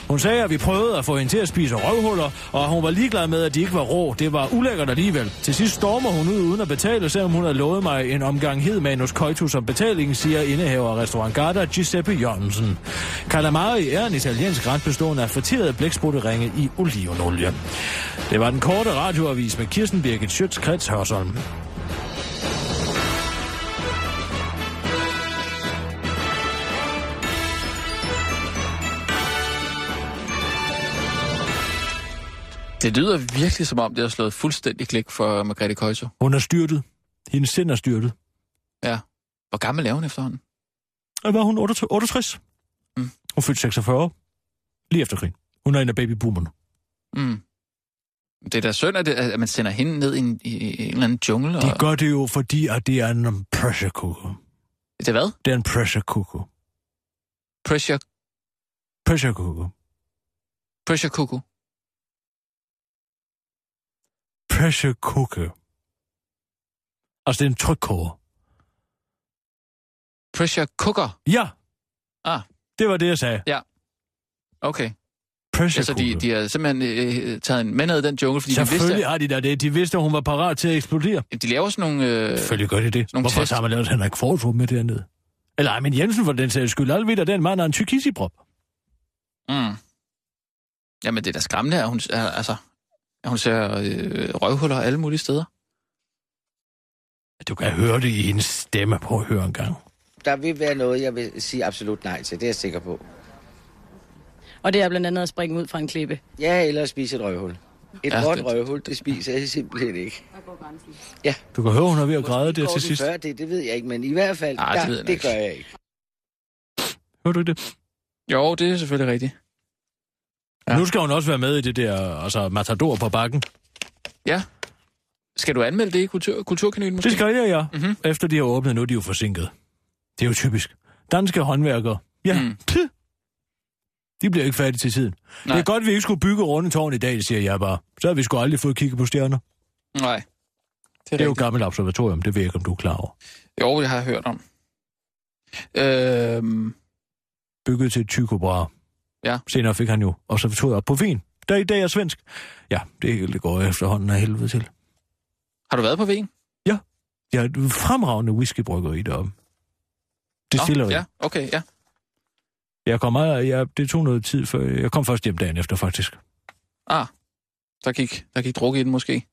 S5: Hun sagde, at vi prøvede at få hende til at spise røvhuller, og hun var ligeglad med, at de ikke var rå. Det var ulækkert alligevel. Til sidst stormer hun ud uden at betale, selvom hun havde lovet mig en omgang hed Manus Koitu som betaling, siger indehaver af restaurant Garda Giuseppe Jørgensen. Calamari er en italiensk ret bestående af friterede blæksprutteringe i olivenolie. Det var den korte radioavis med Kirsten Birgit Schøtz-Krets Hørsholm.
S4: Det lyder virkelig som om, det har slået fuldstændig klik for Margrethe Køjso.
S5: Hun er styrtet. Hendes sind er styrtet.
S4: Ja. Hvor gammel er hun efterhånden?
S5: Og var hun 68?
S4: Mm.
S5: Hun fødte 46. Lige efter krigen. Hun er en af babyboomerne.
S4: Mm. Det er da synd, at, det, at man sender hende ned i en, i, i en eller anden jungle.
S5: De
S4: og...
S5: gør det jo, fordi at det er en pressure cooker.
S4: Det er hvad?
S5: Det er en pressure cooker.
S4: Pressure,
S5: Pressure cooker.
S4: pressure cuckoo.
S5: Pressure cooker. Altså, det er en trykkoger.
S4: Pressure cooker.
S5: Ja.
S4: Ah.
S5: Det var det, jeg sagde.
S4: Okay.
S5: Pressure
S4: Ja, så Altså, de,
S5: cooker.
S4: de har simpelthen øh, taget en med ned i den jungle, fordi de vidste,
S5: Selvfølgelig har de da det. De vidste, at hun var parat til at eksplodere.
S4: at de laver sådan nogle... Øh,
S5: Selvfølgelig gør de det.
S4: nogle
S5: Hvorfor
S4: test.
S5: har man lavet Henrik Fortrup med dernede? Eller Armin Jensen for den sags skyld. Alle ved, at den mand er en tyrkisiprop.
S4: mm. Jamen, det er da skræmmende, at hun, er- altså, at hun ser øh, røvhuller alle mulige steder.
S5: Du kan høre det i hendes stemme. Prøv at høre en gang.
S7: Der vil være noget, jeg vil sige absolut nej til. Det er jeg sikker på.
S2: Og det er blandt andet at springe ud fra en klippe.
S7: Ja, eller at spise et røvhul. Et
S4: Ja,
S7: ja, råt
S4: det-
S7: røvhul, det spiser jeg simpelthen ikke.
S5: Du kan høre, hun er ved at græde der
S7: Går
S5: til
S7: den
S5: sidst.
S7: før det, det ved jeg ikke, men i hvert fald,
S4: Nej,
S7: Ej,
S4: det
S7: der,
S4: ved jeg
S7: det, det
S4: ikke.
S7: gør jeg ikke.
S5: Hører du ikke det?
S4: Jo, det er selvfølgelig rigtigt.
S5: Ja.
S4: Ja.
S5: Nu skal hun også være med i det der, altså Matador på bakken.
S4: Ja. Skal du anmelde det i kultur, Kulturkanalen måske?
S5: Det skal jeg, ja.
S4: Mhm.
S5: Mm-hmm. Efter de har åbnet, nu er de jo forsinket. Det er jo typisk. Danske håndværkere. Ja,
S4: Mm.
S5: mm. De bliver ikke færdige til tiden. Nej.
S4: Nej.
S5: Det er godt, vi ikke skulle bygge rundetårn i dag, siger jeg bare. Så har vi sgu aldrig fået kigget på stjerner.
S4: Nej.
S5: Det er jo et gammelt observatorium, det ved jeg ikke, om du er klar over.
S4: Jo, det har jeg hørt om. Øhm,
S5: Bygget til Tycho Brahe.
S4: Ja.
S5: Senere fik han jo observatoriet op på Wien, der i dag er svensk. Ja, det det går efterhånden af helvede til.
S4: har du været på Ven?
S5: Jeg har et fremragende whiskybrygger i deroppe. Det stiller
S4: Ja, okay, ja.
S5: Jeg kom meget, jeg, det tog noget tid, før jeg kom først hjem dagen efter, faktisk.
S4: Ah, der gik, der gik druk i den måske.